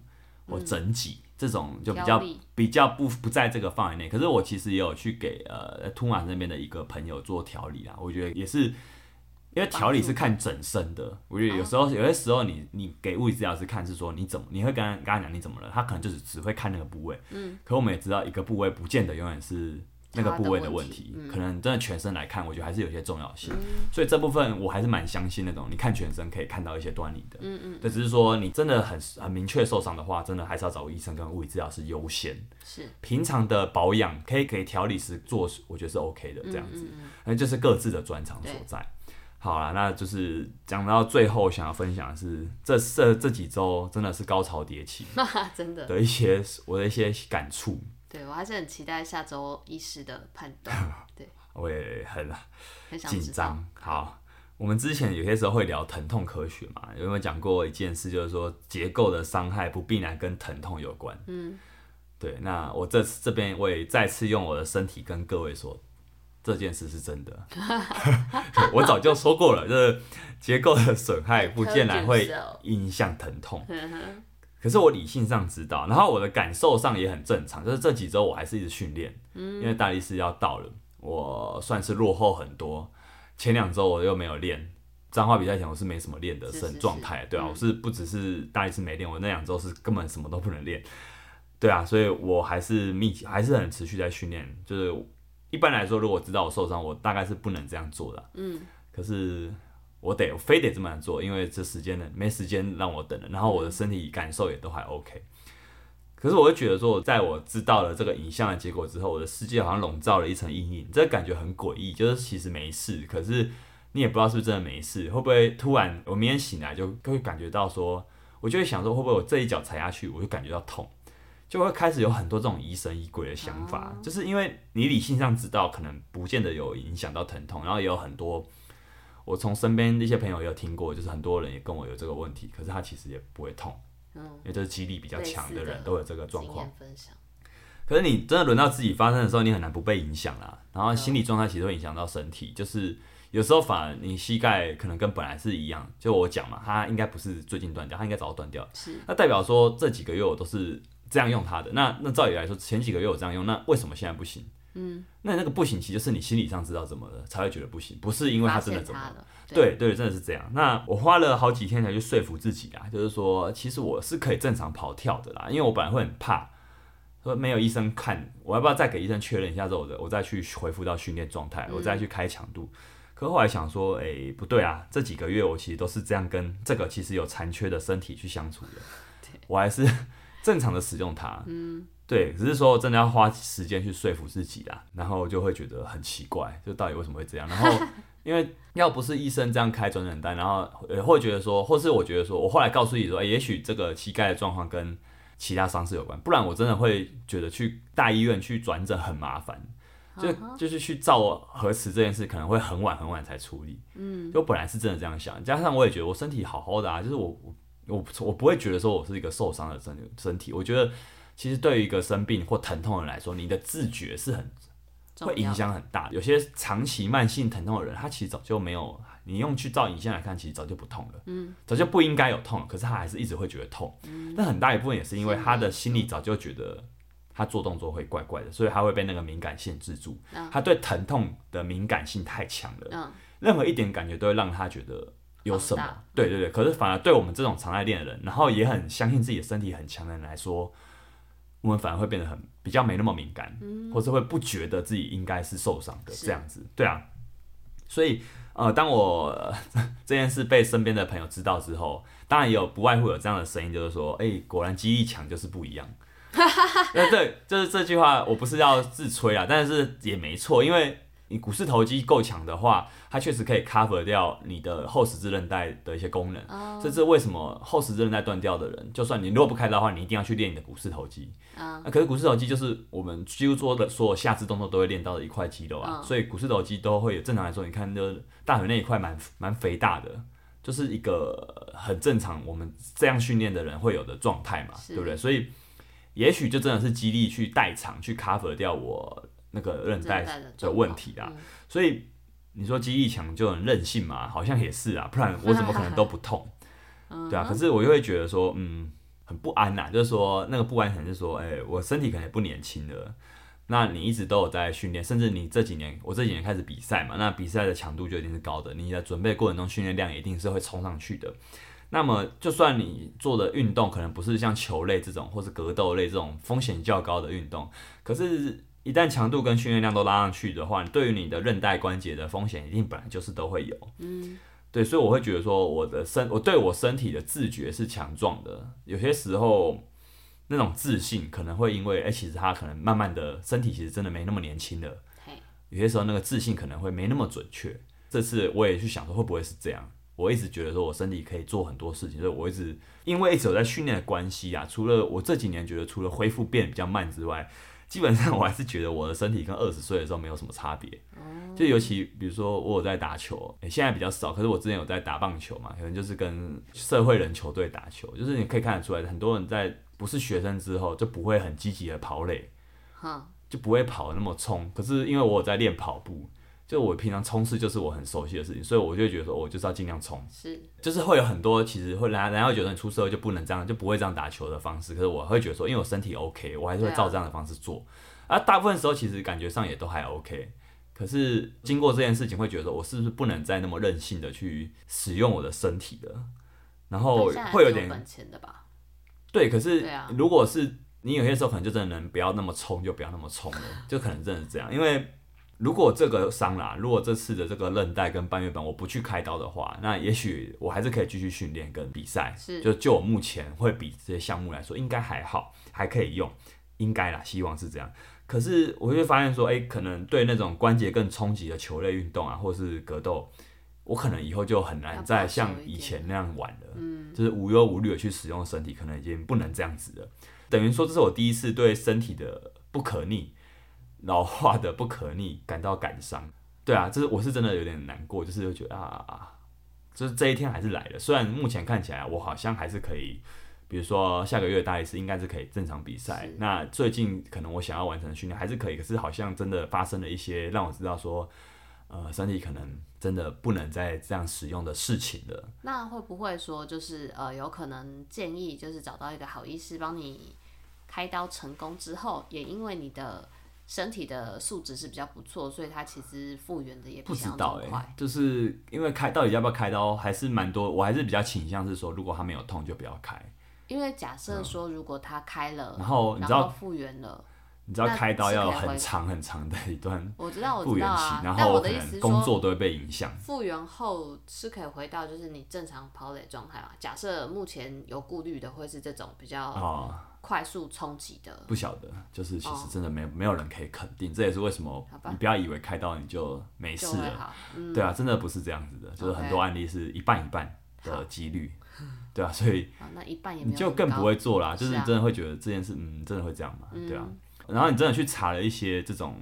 Speaker 1: 或
Speaker 2: 嗯
Speaker 1: 整脊、这种就比较
Speaker 2: 腰力
Speaker 1: 比较不不在这个范围内。可是我其实也有去给呃突马那边的一个朋友做调理啊啦，我觉得也是。因为调理是看整身的，我觉得有时候、有些时候你你给物理治疗师看是说你怎么，你会跟他跟他讲你怎么了，他可能就是只会看那个部位。嗯。可我们也知道，一个部位不见得永远是那个部位的问题，嗯
Speaker 2: 他的问题嗯
Speaker 1: 可能真的全身来看，我觉得还是有些重要性。所以这部分我还是蛮相信那种你看全身可以看到一些端倪的。嗯嗯。但只是说你真的很很明确受伤的话，真的还是要找医生跟物理治疗师优先。
Speaker 2: 是
Speaker 1: 平常的保养可以给调理师做，我觉得是 OK 的这样子，那、就是各自的专长所在。好啦，那就是讲到最后，想要分享的是这这这几周真的是高潮迭起
Speaker 2: 真的。
Speaker 1: 的一些我的一些感触，
Speaker 2: 对我还是很期待下周医师的判 断，对，
Speaker 1: 我也很
Speaker 2: 很想
Speaker 1: 紧
Speaker 2: 知道。
Speaker 1: 张。好，我们之前有些时候会聊疼痛科学嘛，有没有讲过一件事，就是说结构的伤害不必然跟疼痛有关。嗯，对。那我这次这边我也再次用我的身体跟各位说，这件事是真的。 我早就说过了，就是结构的损害不见然会
Speaker 2: Hurt yourself
Speaker 1: 影响疼痛。
Speaker 2: 嗯 哼
Speaker 1: 可是我理性上知道，然后我的感受上也很正常，就是这几周我还是一直训练，
Speaker 2: 嗯
Speaker 1: 因为大力士要到了，我算是落后很多。前两周我又没有练，彰化比赛前我是没什么练的
Speaker 2: 是
Speaker 1: 身
Speaker 2: 是
Speaker 1: 状态，对啊，
Speaker 2: 嗯
Speaker 1: 我是不只是大力士没练，我那两周是根本什么都不能练，对啊，所以我还是密集，还是很持续在训练。就是一般来说，如果知道我受伤，我大概是不能这样做的啊，
Speaker 2: 嗯，
Speaker 1: 可是我得我非得这么样做，因为这时间呢没时间让我等了，然后我的身体感受也都还 OK。可是我会觉得说，在我知道了这个影像的结果之后，我的世界好像笼罩了一层阴影，这个感觉很诡异，就是其实没事，可是你也不知道是不是真的没事，会不会突然我明天醒来就会感觉到说，我就会想说，会不会我这一脚踩下去我就感觉到痛，就会开始有很多这种疑神疑鬼的想法，就是因为你理性上知道可能不见得有影响到疼痛，然后也有很多我从身边的一些朋友也有听过，就是很多人也跟我有这个问题，可是他其实也不会痛，
Speaker 2: 嗯，
Speaker 1: 因为就是肌力比较强的
Speaker 2: 类似
Speaker 1: 人
Speaker 2: 的
Speaker 1: 都有这个状
Speaker 2: 经
Speaker 1: 况。
Speaker 2: 验分享，
Speaker 1: 可是你真的轮到自己发生的时候，你很难不被影响啦。
Speaker 2: 啊
Speaker 1: 然后心理状态其实会影响到身体，就是有时候反而你膝盖可能跟本来是一样，就我讲嘛，它应该不是最近断掉，它应该早就断掉了。
Speaker 2: 是
Speaker 1: 那代表说这几个月我都是这样用它的。那那照理来说，前几个月我这样用，那为什么现在不行？嗯，那那个不行，其实就是你心理上知道怎么了，才会觉得不行，不是因为它
Speaker 2: 发
Speaker 1: 真的
Speaker 2: 现
Speaker 1: 怎么
Speaker 2: 他
Speaker 1: 了。
Speaker 2: 了，，
Speaker 1: 对对，真的是这样。那我花了好几天才去说服自己啦，就是说，其实我是可以正常跑跳的啦，因为我本来会很怕，说没有医生看，我要不要再给医生确认一下之后，我的我再去恢复到训练状态，我再去开强度。可后来想说，哎、不对啊，这几个月我其实都是这样跟这个其实有残缺的身体去相处的
Speaker 2: 对，
Speaker 1: 我还是 正常的使用它。嗯，对，只是说真的要花时间去说服自己啦，然后就会觉得很奇怪，就到底为什么会这样？然后 因为要不是医生这样开转诊单，然后呃会觉得说，或是我觉得说，我后来告诉自己说，哎、也许这个膝盖的状况跟其他伤势有关，不然我真的会觉得去大医院去转诊很麻烦，就就是去照核磁这件事可能会很晚很晚才处理。嗯，就本来是真的这样想，加上我也觉得我身体好好的啊，就是我我我不我不会觉得说我是一个受伤的身身体，我觉得其实对于一个生病或疼痛的人来说，你的自觉是很
Speaker 2: 重
Speaker 1: 会
Speaker 2: 要
Speaker 1: 影响很大。有些长期慢性疼痛的人，他其实早就没有你用去照影像来看，其实早就不痛了，嗯，早就不应该有痛了，可是他还是一直会觉得痛。
Speaker 2: 嗯
Speaker 1: 但很大一部分也是因为他的心里早就觉得他做动作会怪怪的，所以他会被那个敏感限制住，他对疼痛的敏感性太强了，
Speaker 2: 嗯，
Speaker 1: 任何一点感觉都会让他觉得有什
Speaker 2: 放
Speaker 1: 么
Speaker 2: 大。
Speaker 1: 对对对，可是反而对我们这种常爱练的人，然后也很相信自己的身体很强的人来说，我们反而会变得很比较没那么敏感，或是会不觉得自己应该是受伤的
Speaker 2: 嗯是
Speaker 1: 这样子。对啊，所以呃，当我呃这件事被身边的朋友知道之后，当然也有不外乎有这样的声音，就是说，哎、果然肌力强就是不一样。 那对，就是这句话，我不是要自吹啊，但是也没错，因为你股四头肌够强的话，它确实可以 cover 掉你的后十字韧带的一些功能。
Speaker 2: 哦
Speaker 1: 这是为什么后十字韧带断掉的人，就算你如果不开刀的话，你一定要去练你的股四头肌。
Speaker 2: 嗯
Speaker 1: 啊，可是股四头肌就是我们几乎做的所有下肢动作都会练到的一块肌肉啊，
Speaker 2: 嗯
Speaker 1: 所以股四头肌都会有正常来说，你看就是大腿那一块蛮蛮肥大的，就是一个很正常我们这样训练的人会有的状态嘛，
Speaker 2: 是
Speaker 1: 对不对？所以也许就真的是激励去代偿去 cover 掉我那个韧带
Speaker 2: 韧带的
Speaker 1: 的
Speaker 2: 状
Speaker 1: 问
Speaker 2: 况
Speaker 1: 题啦，
Speaker 2: 嗯
Speaker 1: 所以你说肌力强就很任性嘛，好像也是啊，不然我怎么可能都不痛？
Speaker 2: 嗯
Speaker 1: 对啊，可是我又会觉得说，嗯，很不安呐、就是说那个不安可能是说，哎、我身体可能也不年轻了。那你一直都有在训练，甚至你这几年，我这几年开始比赛嘛，那比赛的强度就一定是高的，你的准备过程中训练量也一定是会冲上去的。那么，就算你做的运动可能不是像球类这种，或是格斗类这种风险较高的运动，可是，一旦强度跟训练量都拉上去的话，对于你的韧带关节的风险一定本来就是都会有。嗯，对，所以我会觉得说，我的身，我对我身体的自觉是强壮的。有些时候，那种自信可能会因为，哎、其实他可能慢慢的身体其实真的没那么年轻了。
Speaker 2: 嘿，
Speaker 1: 有些时候那个自信可能会没那么准确。这次我也去想说会不会是这样，我一直觉得说我身体可以做很多事情，所以我一直因为一直有在训练的关系啊，除了我这几年觉得除了恢复变得比较慢之外，基本上我还是觉得我的身体跟二十岁的时候没有什么差别。就尤其比如说我有在打球、诶现在比较少，可是我之前有在打棒球嘛，可能就是跟社会人球队打球，就是你可以看得出来，很多人在不是学生之后就不会很积极的跑垒，
Speaker 2: 哼，
Speaker 1: 就不会跑那么冲。可是因为我有在练跑步，就我平常冲刺就是我很熟悉的事情，所以我就会觉得说，我就是要尽量冲，
Speaker 2: 是
Speaker 1: 就是会有很多其实会人家人家会觉得你出社会就不能这样，就不会这样打球的方式。可是我会觉得说，因为我身体 OK，我还是会
Speaker 2: 对啊
Speaker 1: 照这样的方式做。啊，大部分时候其实感觉上也都还 OK。可是经过这件事情，会觉得说我是不是不能再那么任性的去使用我的身体了？然后
Speaker 2: 但现在还
Speaker 1: 哦会有
Speaker 2: 是
Speaker 1: 点
Speaker 2: 本钱的吧？
Speaker 1: 对，可是
Speaker 2: 对啊
Speaker 1: 如果是你有些时候可能就真的能不要那么冲，就不要那么冲了， 就可能真的是这样。因为如果这个伤啦，如果这次的这个韧带跟半月板我不去开刀的话，那也许我还是可以继续训练跟比赛。
Speaker 2: 是
Speaker 1: 就就我目前会比这些项目来说，应该还好，还可以用，应该啦，希望是这样。可是我就会发现说，哎、可能对那种关节更冲击的球类运动啊，或是格斗，我可能以后就很
Speaker 2: 要
Speaker 1: 难
Speaker 2: 保
Speaker 1: 再
Speaker 2: 守
Speaker 1: 像
Speaker 2: 一
Speaker 1: 以
Speaker 2: 点嗯
Speaker 1: 前那样玩了。就是无忧无虑的去使用身体，可能已经不能这样子了。等于说，这是我第一次对身体的不可逆、老化的不可逆感到感伤。对啊，这是我是真的有点难过，就是觉得啊，就是这一天还是来了。虽然目前看起来我好像还是可以，比如说下个月大力士应该是可以正常比赛
Speaker 2: 是。
Speaker 1: 那最近可能我想要完成的训练还是可以，可是好像真的发生了一些让我知道说，呃，身体可能真的不能再这样使用的事情了。
Speaker 2: 那会不会说就是呃，有可能建议就是找到一个好医师帮你开刀成功之后，也因为你的身体的素质是比较不错，所以它其实复原的也
Speaker 1: 不
Speaker 2: 比
Speaker 1: 知
Speaker 2: 想象
Speaker 1: 道
Speaker 2: 中
Speaker 1: 哎、
Speaker 2: 快。
Speaker 1: 就是因为开到底要不要开刀，还是蛮多，我还是比较倾向是说，如果他没有痛就不要开。
Speaker 2: 因为假设说如果它开了，
Speaker 1: 嗯然后你知道
Speaker 2: 复原了，
Speaker 1: 你知道
Speaker 2: 那
Speaker 1: 开刀要有
Speaker 2: 是可以
Speaker 1: 很
Speaker 2: 回
Speaker 1: 长很长的一段
Speaker 2: 我知道我
Speaker 1: 复
Speaker 2: 知
Speaker 1: 原
Speaker 2: 道
Speaker 1: 期
Speaker 2: 啊，，
Speaker 1: 然
Speaker 2: 但
Speaker 1: 后
Speaker 2: 我
Speaker 1: 可
Speaker 2: 的意思
Speaker 1: 能
Speaker 2: 是
Speaker 1: 工
Speaker 2: 说
Speaker 1: 作都会被影响。
Speaker 2: 复原后是可以回到就是你正常跑垒状态嘛？假设目前有顾虑的会是这种比较
Speaker 1: 哦，
Speaker 2: 快速冲击的，
Speaker 1: 不晓得，就是其实真的没有、没有人可以肯定，这也是为什么
Speaker 2: 哦好吧
Speaker 1: 你不要以为开刀你就没
Speaker 2: 就
Speaker 1: 事
Speaker 2: 会嗯
Speaker 1: 了，
Speaker 2: 好。
Speaker 1: 对啊，真的不是这样子的，就是很多案例是一半一半
Speaker 2: 好
Speaker 1: 的几率，对啊，所以
Speaker 2: 啊，那一半也没
Speaker 1: 你
Speaker 2: 有
Speaker 1: 就
Speaker 2: 很
Speaker 1: 更
Speaker 2: 高
Speaker 1: 不会做啦，就是
Speaker 2: 是啊
Speaker 1: 真的会觉得这件事，嗯，真的会这样嘛，对啊。然后你真的去查了一些这种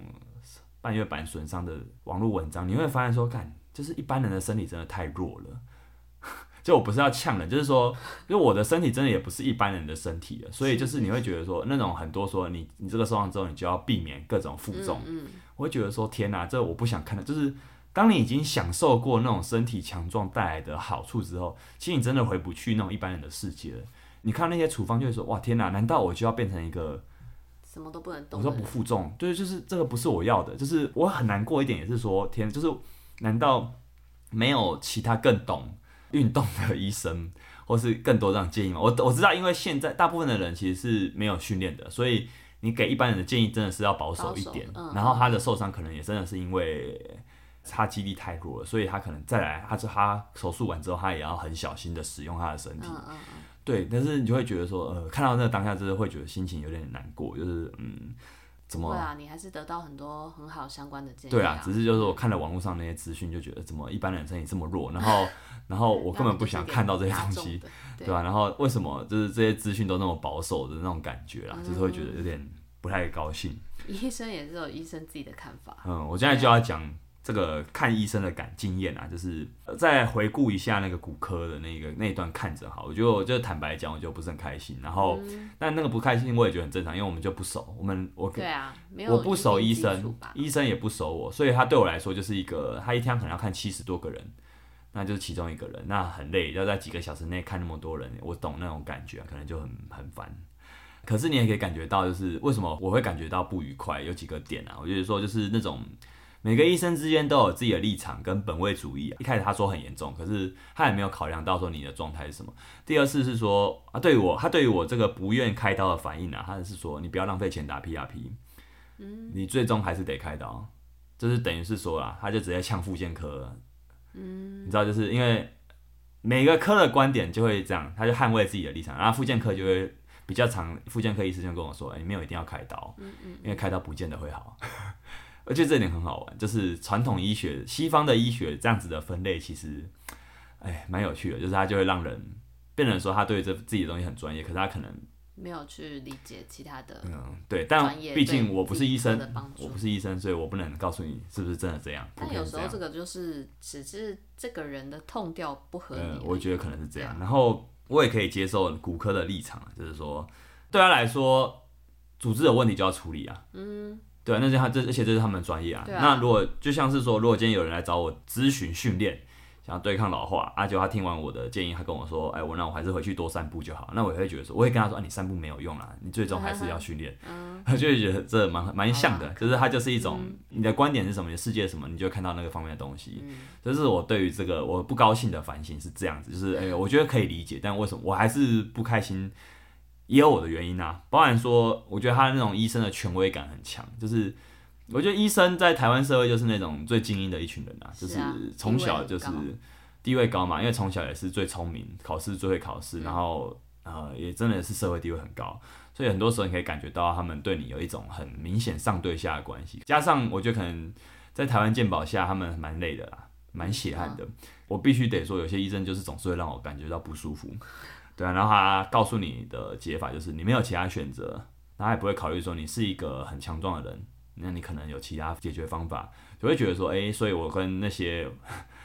Speaker 1: 半月板损伤的网络文章，你会发现说，看，就是一般人的身体真的太弱了。 就我不是要呛人，就是说，就我的身体真的也不是一般人的身体了，所以就是你会觉得说，那种很多说你你这个受伤之后，你就要避免各种负重，我会觉得说，天哪、这我不想看的，就是当你已经享受过那种身体强壮带来的好处之后，其实你真的回不去那种一般人的世界了。你看那些处方就会说：“哇，天哪！难道我就要变成一个
Speaker 2: 什么都不能
Speaker 1: 我
Speaker 2: 动的
Speaker 1: 说
Speaker 2: 人。
Speaker 1: 不负重？对，就是这个不是我要的。就是我很难过一点，也是说天，就是难道没有其他更懂运动的医生，或是更多这样建议吗？我我知道，因为现在大部分的人其实是没有训练的，所以你给一般人的建议真的是要保守一点。
Speaker 2: 保守嗯
Speaker 1: 然后他的受伤可能也真的是因为他肌力太弱了，所以他可能再来，他就他手术完之后，他也要很小心的使用他的身体。
Speaker 2: 嗯嗯嗯，
Speaker 1: 对，但是你就会觉得说，呃，看到那个当下，就是会觉得心情有点难过，就是嗯，怎
Speaker 2: 不
Speaker 1: 么
Speaker 2: 会啊，你还是得到很多很好相关的建议、
Speaker 1: 对啊，只是就是我看了网络上那些资讯，就觉得怎么一般人身体这么弱，然 后然后我根本不想看到这些东西，
Speaker 2: 那就是给大众的。对
Speaker 1: 对啊吧、然后为什么就是这些资讯都那么保守的那种感觉啦，就是会觉得有
Speaker 2: 嗯
Speaker 1: 点不太高兴。
Speaker 2: 医生也是有医生自己的看法。
Speaker 1: 嗯，我现在就要讲这个看医生的感经验啊，就是呃再回顾一下那个骨科的那个那一段看诊好，我就就坦白讲，我就不是很开心。然后，但那个不开心我也觉得很正常，因为我们就不熟，我们 我
Speaker 2: 对啊，没有
Speaker 1: 我不熟
Speaker 2: 一定
Speaker 1: 医
Speaker 2: 基础
Speaker 1: 生
Speaker 2: 吧，？
Speaker 1: 医生也不熟我，所以他对我来说就是一个，他一天可能要看七十多个人，那就是其中一个人，那很累，要在几个小时内看那么多人，我懂那种感觉，可能就很很烦。可是你也可以感觉到，就是为什么我会感觉到不愉快，有几个点啊，我觉得说就是那种每个医生之间都有自己的立场跟本位主义、啊。一开始他说很严重，可是他也没有考量到说你的状态是什么。第二次是说啊，对于我，他对于我这个不愿开刀的反应啊，他是说你不要浪费钱打 PRP，嗯，你最终还是得开刀，就是等于是说啦，他就直接呛复健科了，嗯，你知道，就是因为每个科的观点就会这样，他就捍卫自己的立场，然后复健科就会。比较常，复健科医生就跟我说：“哎、你没有一定要开刀，因为开刀不见得会好。” 我觉得这一点很好玩，就是传统医学、西方的医学这样子的分类，其实，哎，蛮有趣的，就是它就会让人变成说他对这自己的东西很专业，可是他可能，
Speaker 2: 没有去理解其他的。
Speaker 1: 嗯，对，但
Speaker 2: 专业
Speaker 1: 毕竟
Speaker 2: 对
Speaker 1: 我不是医生
Speaker 2: 自己的帮，助
Speaker 1: 我不是医生，所以我不能告诉你是不是真的这样。
Speaker 2: 但
Speaker 1: 我可
Speaker 2: 有
Speaker 1: 能
Speaker 2: 时
Speaker 1: 这
Speaker 2: 候
Speaker 1: 样
Speaker 2: 这个就是只是这个人的痛调不合
Speaker 1: 呃，
Speaker 2: 你。
Speaker 1: 我觉得可能是这
Speaker 2: 啊
Speaker 1: 样。然后我也可以接受骨科的立场，啊就是说对他来说，组织有问题就要处理啊。嗯，对啊，那是他这而且这是他们的专业啊。
Speaker 2: 对啊
Speaker 1: 那如果就像是说，如果今天有人来找我咨询训练。想要对抗老化，阿、啊、九他听完我的建议，他跟我说：“哎，我那我还是回去多散步就好。”那我也会觉得说，我也跟他说：“啊，你散步没有用啦，你最终还是要训练。
Speaker 2: 嗯
Speaker 1: 他 就会觉得这蛮蛮像的，就是它就是一种、你的观点是什么，你的世界是什么，你就会看到那个方面的东西。
Speaker 2: 嗯
Speaker 1: 这是我对于这个我不高兴的反省是这样子，就是哎、我觉得可以理解，但为什么我还是不开心，也有我的原因啊。包含说，我觉得他那种医生的权威感很强，就是我觉得医生在台湾社会就是那种最精英的一群人啊，就是
Speaker 2: 啊
Speaker 1: 是从小就是
Speaker 2: 地位很
Speaker 1: 地位高嘛，因为从小也是最聪明，考试最会考试，
Speaker 2: 嗯
Speaker 1: 然后呃也真的是社会地位很高。所以很多时候你可以感觉到他们对你有一种很明显上对下的关系，加上我觉得可能在台湾健保下，他们蛮累的啦，蛮血汗的。我必须得说，有些医生就是总是会让我感觉到不舒服。对啊，然后他告诉你的解法就是你没有其他选择，然后他也不会考虑说你是一个很强壮的人，那你可能有其他解决方法，就会觉得说，诶，所以我跟那些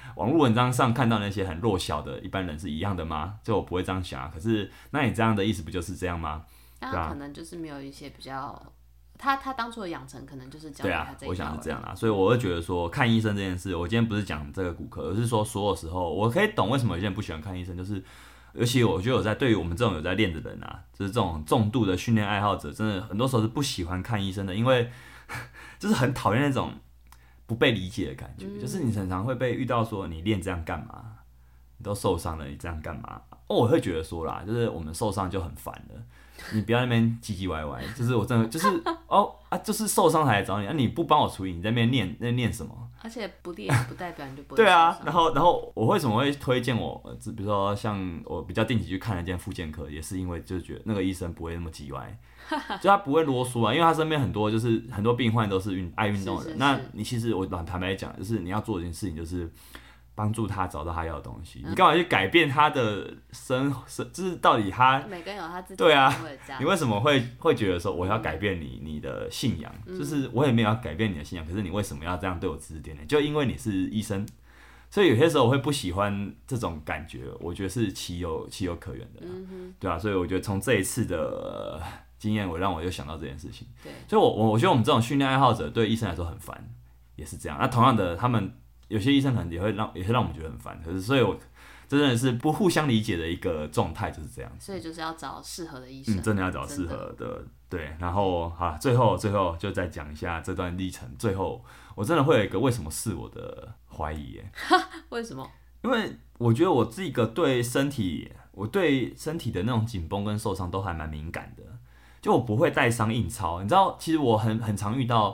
Speaker 1: 网络文章上看到那些很弱小的一般人是一样的吗？就我不会这样想啊。可是，那你这样的意思不就是这样吗？
Speaker 2: 那
Speaker 1: 对啊
Speaker 2: 他可能就是没有一些比较，他他当初的养成可能就是教
Speaker 1: 对
Speaker 2: 给
Speaker 1: 啊
Speaker 2: 他，这一
Speaker 1: 我想
Speaker 2: 套
Speaker 1: 是
Speaker 2: 而
Speaker 1: 这样啦，所以我会觉得说看医生这件事，我今天不是讲这个骨科，而是说所有时候我可以懂为什么有些人不喜欢看医生，就是尤其我觉得有在对于我们这种有在练的人啊，就是这种重度的训练爱好者，真的很多时候是不喜欢看医生的，因为 就是很讨厌那种不被理解的感觉，就是
Speaker 2: 嗯
Speaker 1: 你常常会被遇到说你练这样干嘛，你都受伤了，你这样干嘛？哦，我会觉得说啦，就是我们受伤就很烦了。你不要在那边唧唧歪歪，就是我真的就是哦啊，就是受伤才来找你啊！你不帮我处理，你在那边念在念什么？
Speaker 2: 而且不练不代表你就不会
Speaker 1: 对啊
Speaker 2: 受，伤
Speaker 1: 然后然后我为什么会推荐我，呃比如说像我比较定期去看了一间复健科，也是因为就觉得那个医生不会那么叽 歪，就他不会啰嗦啊，因为他身边很多就是很多病患都是运爱运动的人。
Speaker 2: 是是
Speaker 1: 那
Speaker 2: 是
Speaker 1: 你其实我坦坦白讲，就是你要做一件事情，就是帮助他找到他要的东
Speaker 2: 嗯
Speaker 1: 西。你干嘛去改变他的生生，就是到底他
Speaker 2: 每个人有他自己
Speaker 1: 对啊
Speaker 2: 的定位这样
Speaker 1: 你为什么会会觉得说我要改变你你的信仰？就是我也没有要改变你的信仰，可是你为什么要这样对我指指点点？就因为你是医生，所以有些时候我会不喜欢这种感觉，我觉得是情有情有可原的
Speaker 2: 嗯
Speaker 1: 啦，对啊，所以我觉得从这一次的呃经验，我让我又想到这件事情。
Speaker 2: 对
Speaker 1: 所以我我我觉得我们这种训练爱好者对医生来说很烦，也是这样。那同样的，他们有些医生可能也会让也会让我们觉得很烦，可是所以我真的是不互相理解的一个状态就是这样。
Speaker 2: 所以就是要找适合的医生，
Speaker 1: 嗯，真的要找适合的，对。然后好，最后最后就再讲一下这段历程。最后我真的会有一个为什么是我的怀疑耶，
Speaker 2: 为什么？
Speaker 1: 因为我觉得我这个对身体，我对身体的那种紧绷跟受伤都还蛮敏感的，就我不会带伤硬操。你知道，其实我很很常遇到，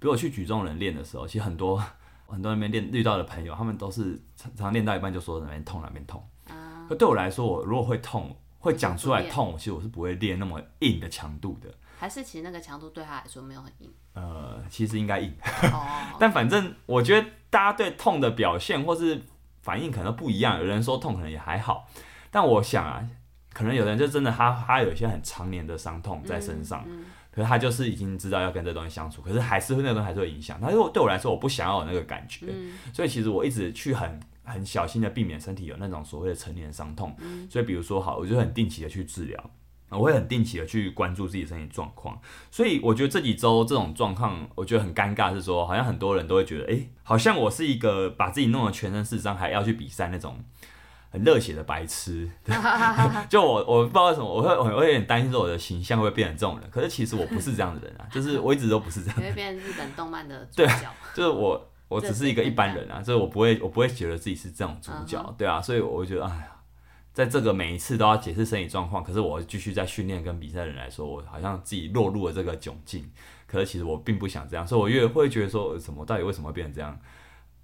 Speaker 1: 比如我去举重人练的时候，其实很多很多那边练遇到的朋友，他们都是常常练到一半就说哪边痛哪边痛。
Speaker 2: 啊
Speaker 1: 可对我来说，我如果会痛，会讲出来
Speaker 2: 不练
Speaker 1: 痛，其实我是不会练那么硬的强度的。
Speaker 2: 还是其实那个强度对他来说没有很 硬
Speaker 1: 呃，其实应该硬，
Speaker 2: 哦，
Speaker 1: 但反正我觉得大家对痛的表现或是反应可能不一样，有人说痛可能也还好，但我想啊，可能有人就真的他他有一些很常年的伤痛在身上，可是他就是已经知道要跟这东西相处，可是还是会那个东西还是会影响。但是我对我来说，我不想要有那个感觉，
Speaker 2: 嗯
Speaker 1: 所以其实我一直去很。很小心的避免身体有那种所谓的成年伤痛，所以比如说好，我就很定期的去治疗，我会很定期的去关注自己身体状况，所以我觉得这几周这种状况，我觉得很尴尬，是说好像很多人都会觉得，哎、好像我是一个把自己弄得全身是伤，还要去比赛那种很热血的白痴。 就我我不知道为什么，我会我会有点担心说我的形象会变成这种人，可是其实我不是这样的人啊，就是我一直都不是这样，
Speaker 2: 你会变成日本动漫的主角，
Speaker 1: 就是我我只是一个一般人啊，就是我不会我不会觉得自己是这种主角，
Speaker 2: 嗯
Speaker 1: 对啊，所以我会觉得哎呀。在这个每一次都要解释身体状况，可是我继续在训练跟比赛的人来说，我好像自己落入了这个窘境。可是其实我并不想这样，所以我越会觉得说，呃什么到底为什么会变成这样？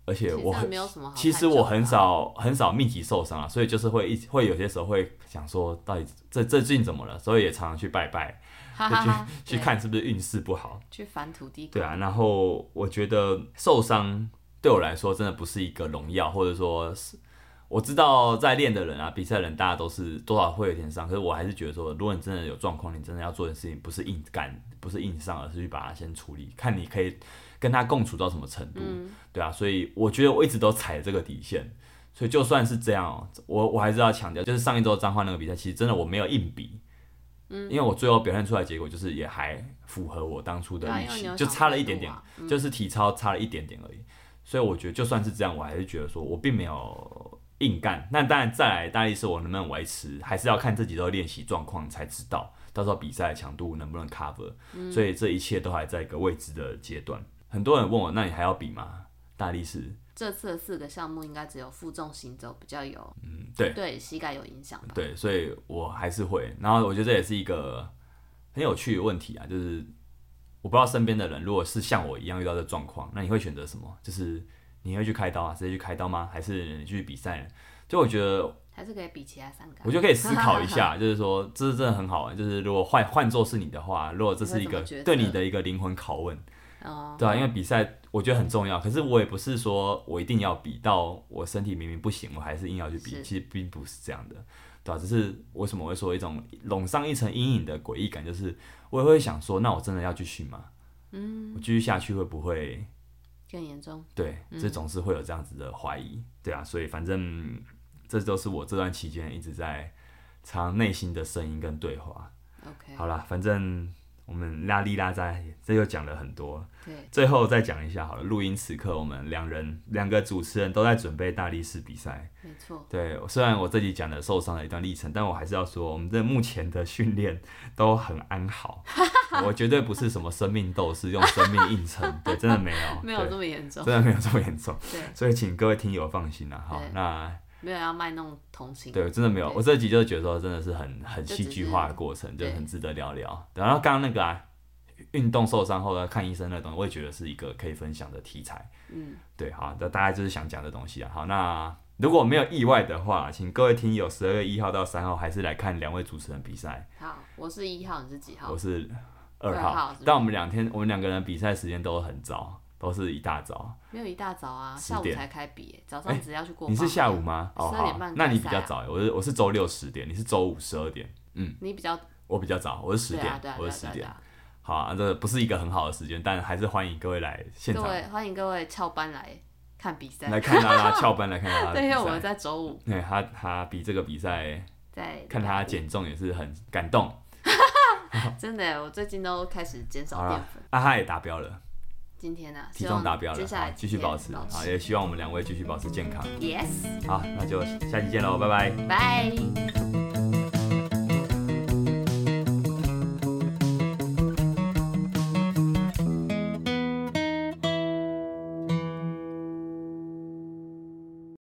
Speaker 1: 而且
Speaker 2: 其实
Speaker 1: 我很
Speaker 2: 没有什么好探究的
Speaker 1: 其
Speaker 2: 啊。
Speaker 1: 实我很少很少密集受伤啊，所以就是会一会有些时候会想说，到底这这最近怎么了？所以也常常去拜 拜，
Speaker 2: 哈
Speaker 1: 就
Speaker 2: 哈
Speaker 1: 去
Speaker 2: 哈，
Speaker 1: 去
Speaker 2: 对
Speaker 1: 看是不是运势不好。
Speaker 2: 去返土地
Speaker 1: 对啊，然后我觉得受伤对我来说真的不是一个荣耀，或者说是我知道在练的人啊，比赛的人大家都是多少会有点伤，可是我还是觉得说，如果你真的有状况，你真的要做的事情不是硬干，不是硬上，而是去把它先处理，看你可以跟他共处到什么程度，对啊，所以我觉得我一直都踩这个底线。所以就算是这样、哦，我我还是要强调，就是上一周彰化那个比赛，其实真的我没有硬比，嗯，因为我最后表现出来的结果就是也还符合我当初的
Speaker 2: 对啊
Speaker 1: 预
Speaker 2: 因为
Speaker 1: 期
Speaker 2: 你有，
Speaker 1: 就
Speaker 2: 想
Speaker 1: 差了
Speaker 2: 过
Speaker 1: 一点
Speaker 2: 路
Speaker 1: 点
Speaker 2: 啊，
Speaker 1: 就是体操差了一点点而已。所以我觉得就算是这样，我还是觉得说我并没有硬干。那当然再来，大力士我能不能维持，还是要看这几周的练习状况才知道，到时候比赛的强度能不能 cover、所
Speaker 2: 嗯
Speaker 1: 以这一切都还在一个未知的阶段。很多人问我，那你还要比吗？大力士，
Speaker 2: 这次的四个项目应该只有负重行走比较有
Speaker 1: 嗯，对，
Speaker 2: 对啊膝盖有影响吧？
Speaker 1: 对，所以我还是会。然后我觉得这也是一个很有趣的问题啊，就是我不知道身边的人如果是像我一样遇到这状况，那你会选择什么？就是你会去开刀啊，直接去开刀吗？还是你去比赛呢？就我觉得，
Speaker 2: 还是可以比其他三个啊。
Speaker 1: 我觉得可以思考一 下，就是说，这是真的很好玩。就是如果换换做是你的话，如果这是一
Speaker 2: 你
Speaker 1: 个
Speaker 2: 会怎么抉择
Speaker 1: 对你的一个灵魂拷问，
Speaker 2: 哦，
Speaker 1: 对啊，因为比赛我觉得很重要，可是我也不是说我一定要比到我身体明明不行，我还是硬要去比，
Speaker 2: 是
Speaker 1: 其实并不是这样的，对啊，只是为什么我会说一种笼上一层阴影的诡异感，就是我也会想说，那我真的要继续吗？嗯，我继续下去会不会？
Speaker 2: 更严重。
Speaker 1: 对，这总是会有这样子的怀疑，
Speaker 2: 嗯
Speaker 1: 对啊，所以反正这都是我这段期间一直在常内心的声音跟对话。
Speaker 2: OK，
Speaker 1: 好啦，反正我们拉里拉扎，这又讲了很多，
Speaker 2: 对，
Speaker 1: 最后再讲一下好了，录音此刻我们两人两个主持人都在准备大力士比赛。
Speaker 2: 没错，
Speaker 1: 对，虽然我这集讲的受伤的一段历程，但我还是要说，我们这目前的训练都很安 好，我绝对不是什么生命斗士，用生命硬撑，对，真的没有，
Speaker 2: 没有这
Speaker 1: 对
Speaker 2: 么严重
Speaker 1: 真，的没有这么严重，
Speaker 2: 对，
Speaker 1: 所以请各位听友放心啦、好
Speaker 2: 对，
Speaker 1: 那
Speaker 2: 没有要卖弄同情。
Speaker 1: 对，真的没有。
Speaker 2: 对
Speaker 1: 我这集就觉得说，真的是很很
Speaker 2: 就
Speaker 1: 戏
Speaker 2: 只
Speaker 1: 剧
Speaker 2: 是
Speaker 1: 化的过程，就
Speaker 2: 对
Speaker 1: 很值得聊聊。然后刚刚那个啊，运动受伤后要看医生那东西，我也觉得是一个可以分享的题材。
Speaker 2: 嗯，
Speaker 1: 对，好，那大家就是想讲的东西啊。好，那如果没有意外的话，请各位听友十二月一号到三号还是来看两位主持人比赛。
Speaker 2: 好，我是一号，你是几号
Speaker 1: 我？是二
Speaker 2: 二
Speaker 1: 号，
Speaker 2: 号是不是
Speaker 1: 但我们两天我们两个人比赛时间都很早，都是一大早。
Speaker 2: 没有一大早啊，
Speaker 1: 10
Speaker 2: 下午
Speaker 1: 点哎
Speaker 2: 才开比耶，早上只要去过。
Speaker 1: 你是下午？吗？哦，
Speaker 2: 12
Speaker 1: 好
Speaker 2: 点半，
Speaker 1: 那你比
Speaker 2: 开赛
Speaker 1: 较
Speaker 2: 啊
Speaker 1: 早欸，我是我是周六十点，你是周五十二点。
Speaker 2: 你比较
Speaker 1: 我比较早，我是十
Speaker 2: 对
Speaker 1: 点，
Speaker 2: 啊，对啊，
Speaker 1: 我
Speaker 2: 对啊
Speaker 1: 是十
Speaker 2: 对啊对
Speaker 1: 点。
Speaker 2: 啊。
Speaker 1: 好、啊，这不是一个很好的时间，但还是欢迎各位来现
Speaker 2: 各
Speaker 1: 场
Speaker 2: 位欢迎各位翘班来看比赛
Speaker 1: 来，看拉 拉翘班来看拉拉的
Speaker 2: 对，因为我们
Speaker 1: 比赛。
Speaker 2: 在周五
Speaker 1: 对他，他比这个比赛
Speaker 2: 在
Speaker 1: 看他减重也是很感动。
Speaker 2: 啊真的耶，我最近都开始减
Speaker 1: 好
Speaker 2: 少淀
Speaker 1: 了
Speaker 2: 粉。，
Speaker 1: 啊，他也达标了，
Speaker 2: 今天呢，
Speaker 1: 体
Speaker 2: 希
Speaker 1: 重
Speaker 2: 望
Speaker 1: 达标
Speaker 2: 接
Speaker 1: 了，
Speaker 2: 下来
Speaker 1: 好，继续保持，
Speaker 2: 保
Speaker 1: 好，也希望我们两位继续保持健康。
Speaker 2: Yes，
Speaker 1: 好，那就下期见喽，拜拜。
Speaker 2: 拜。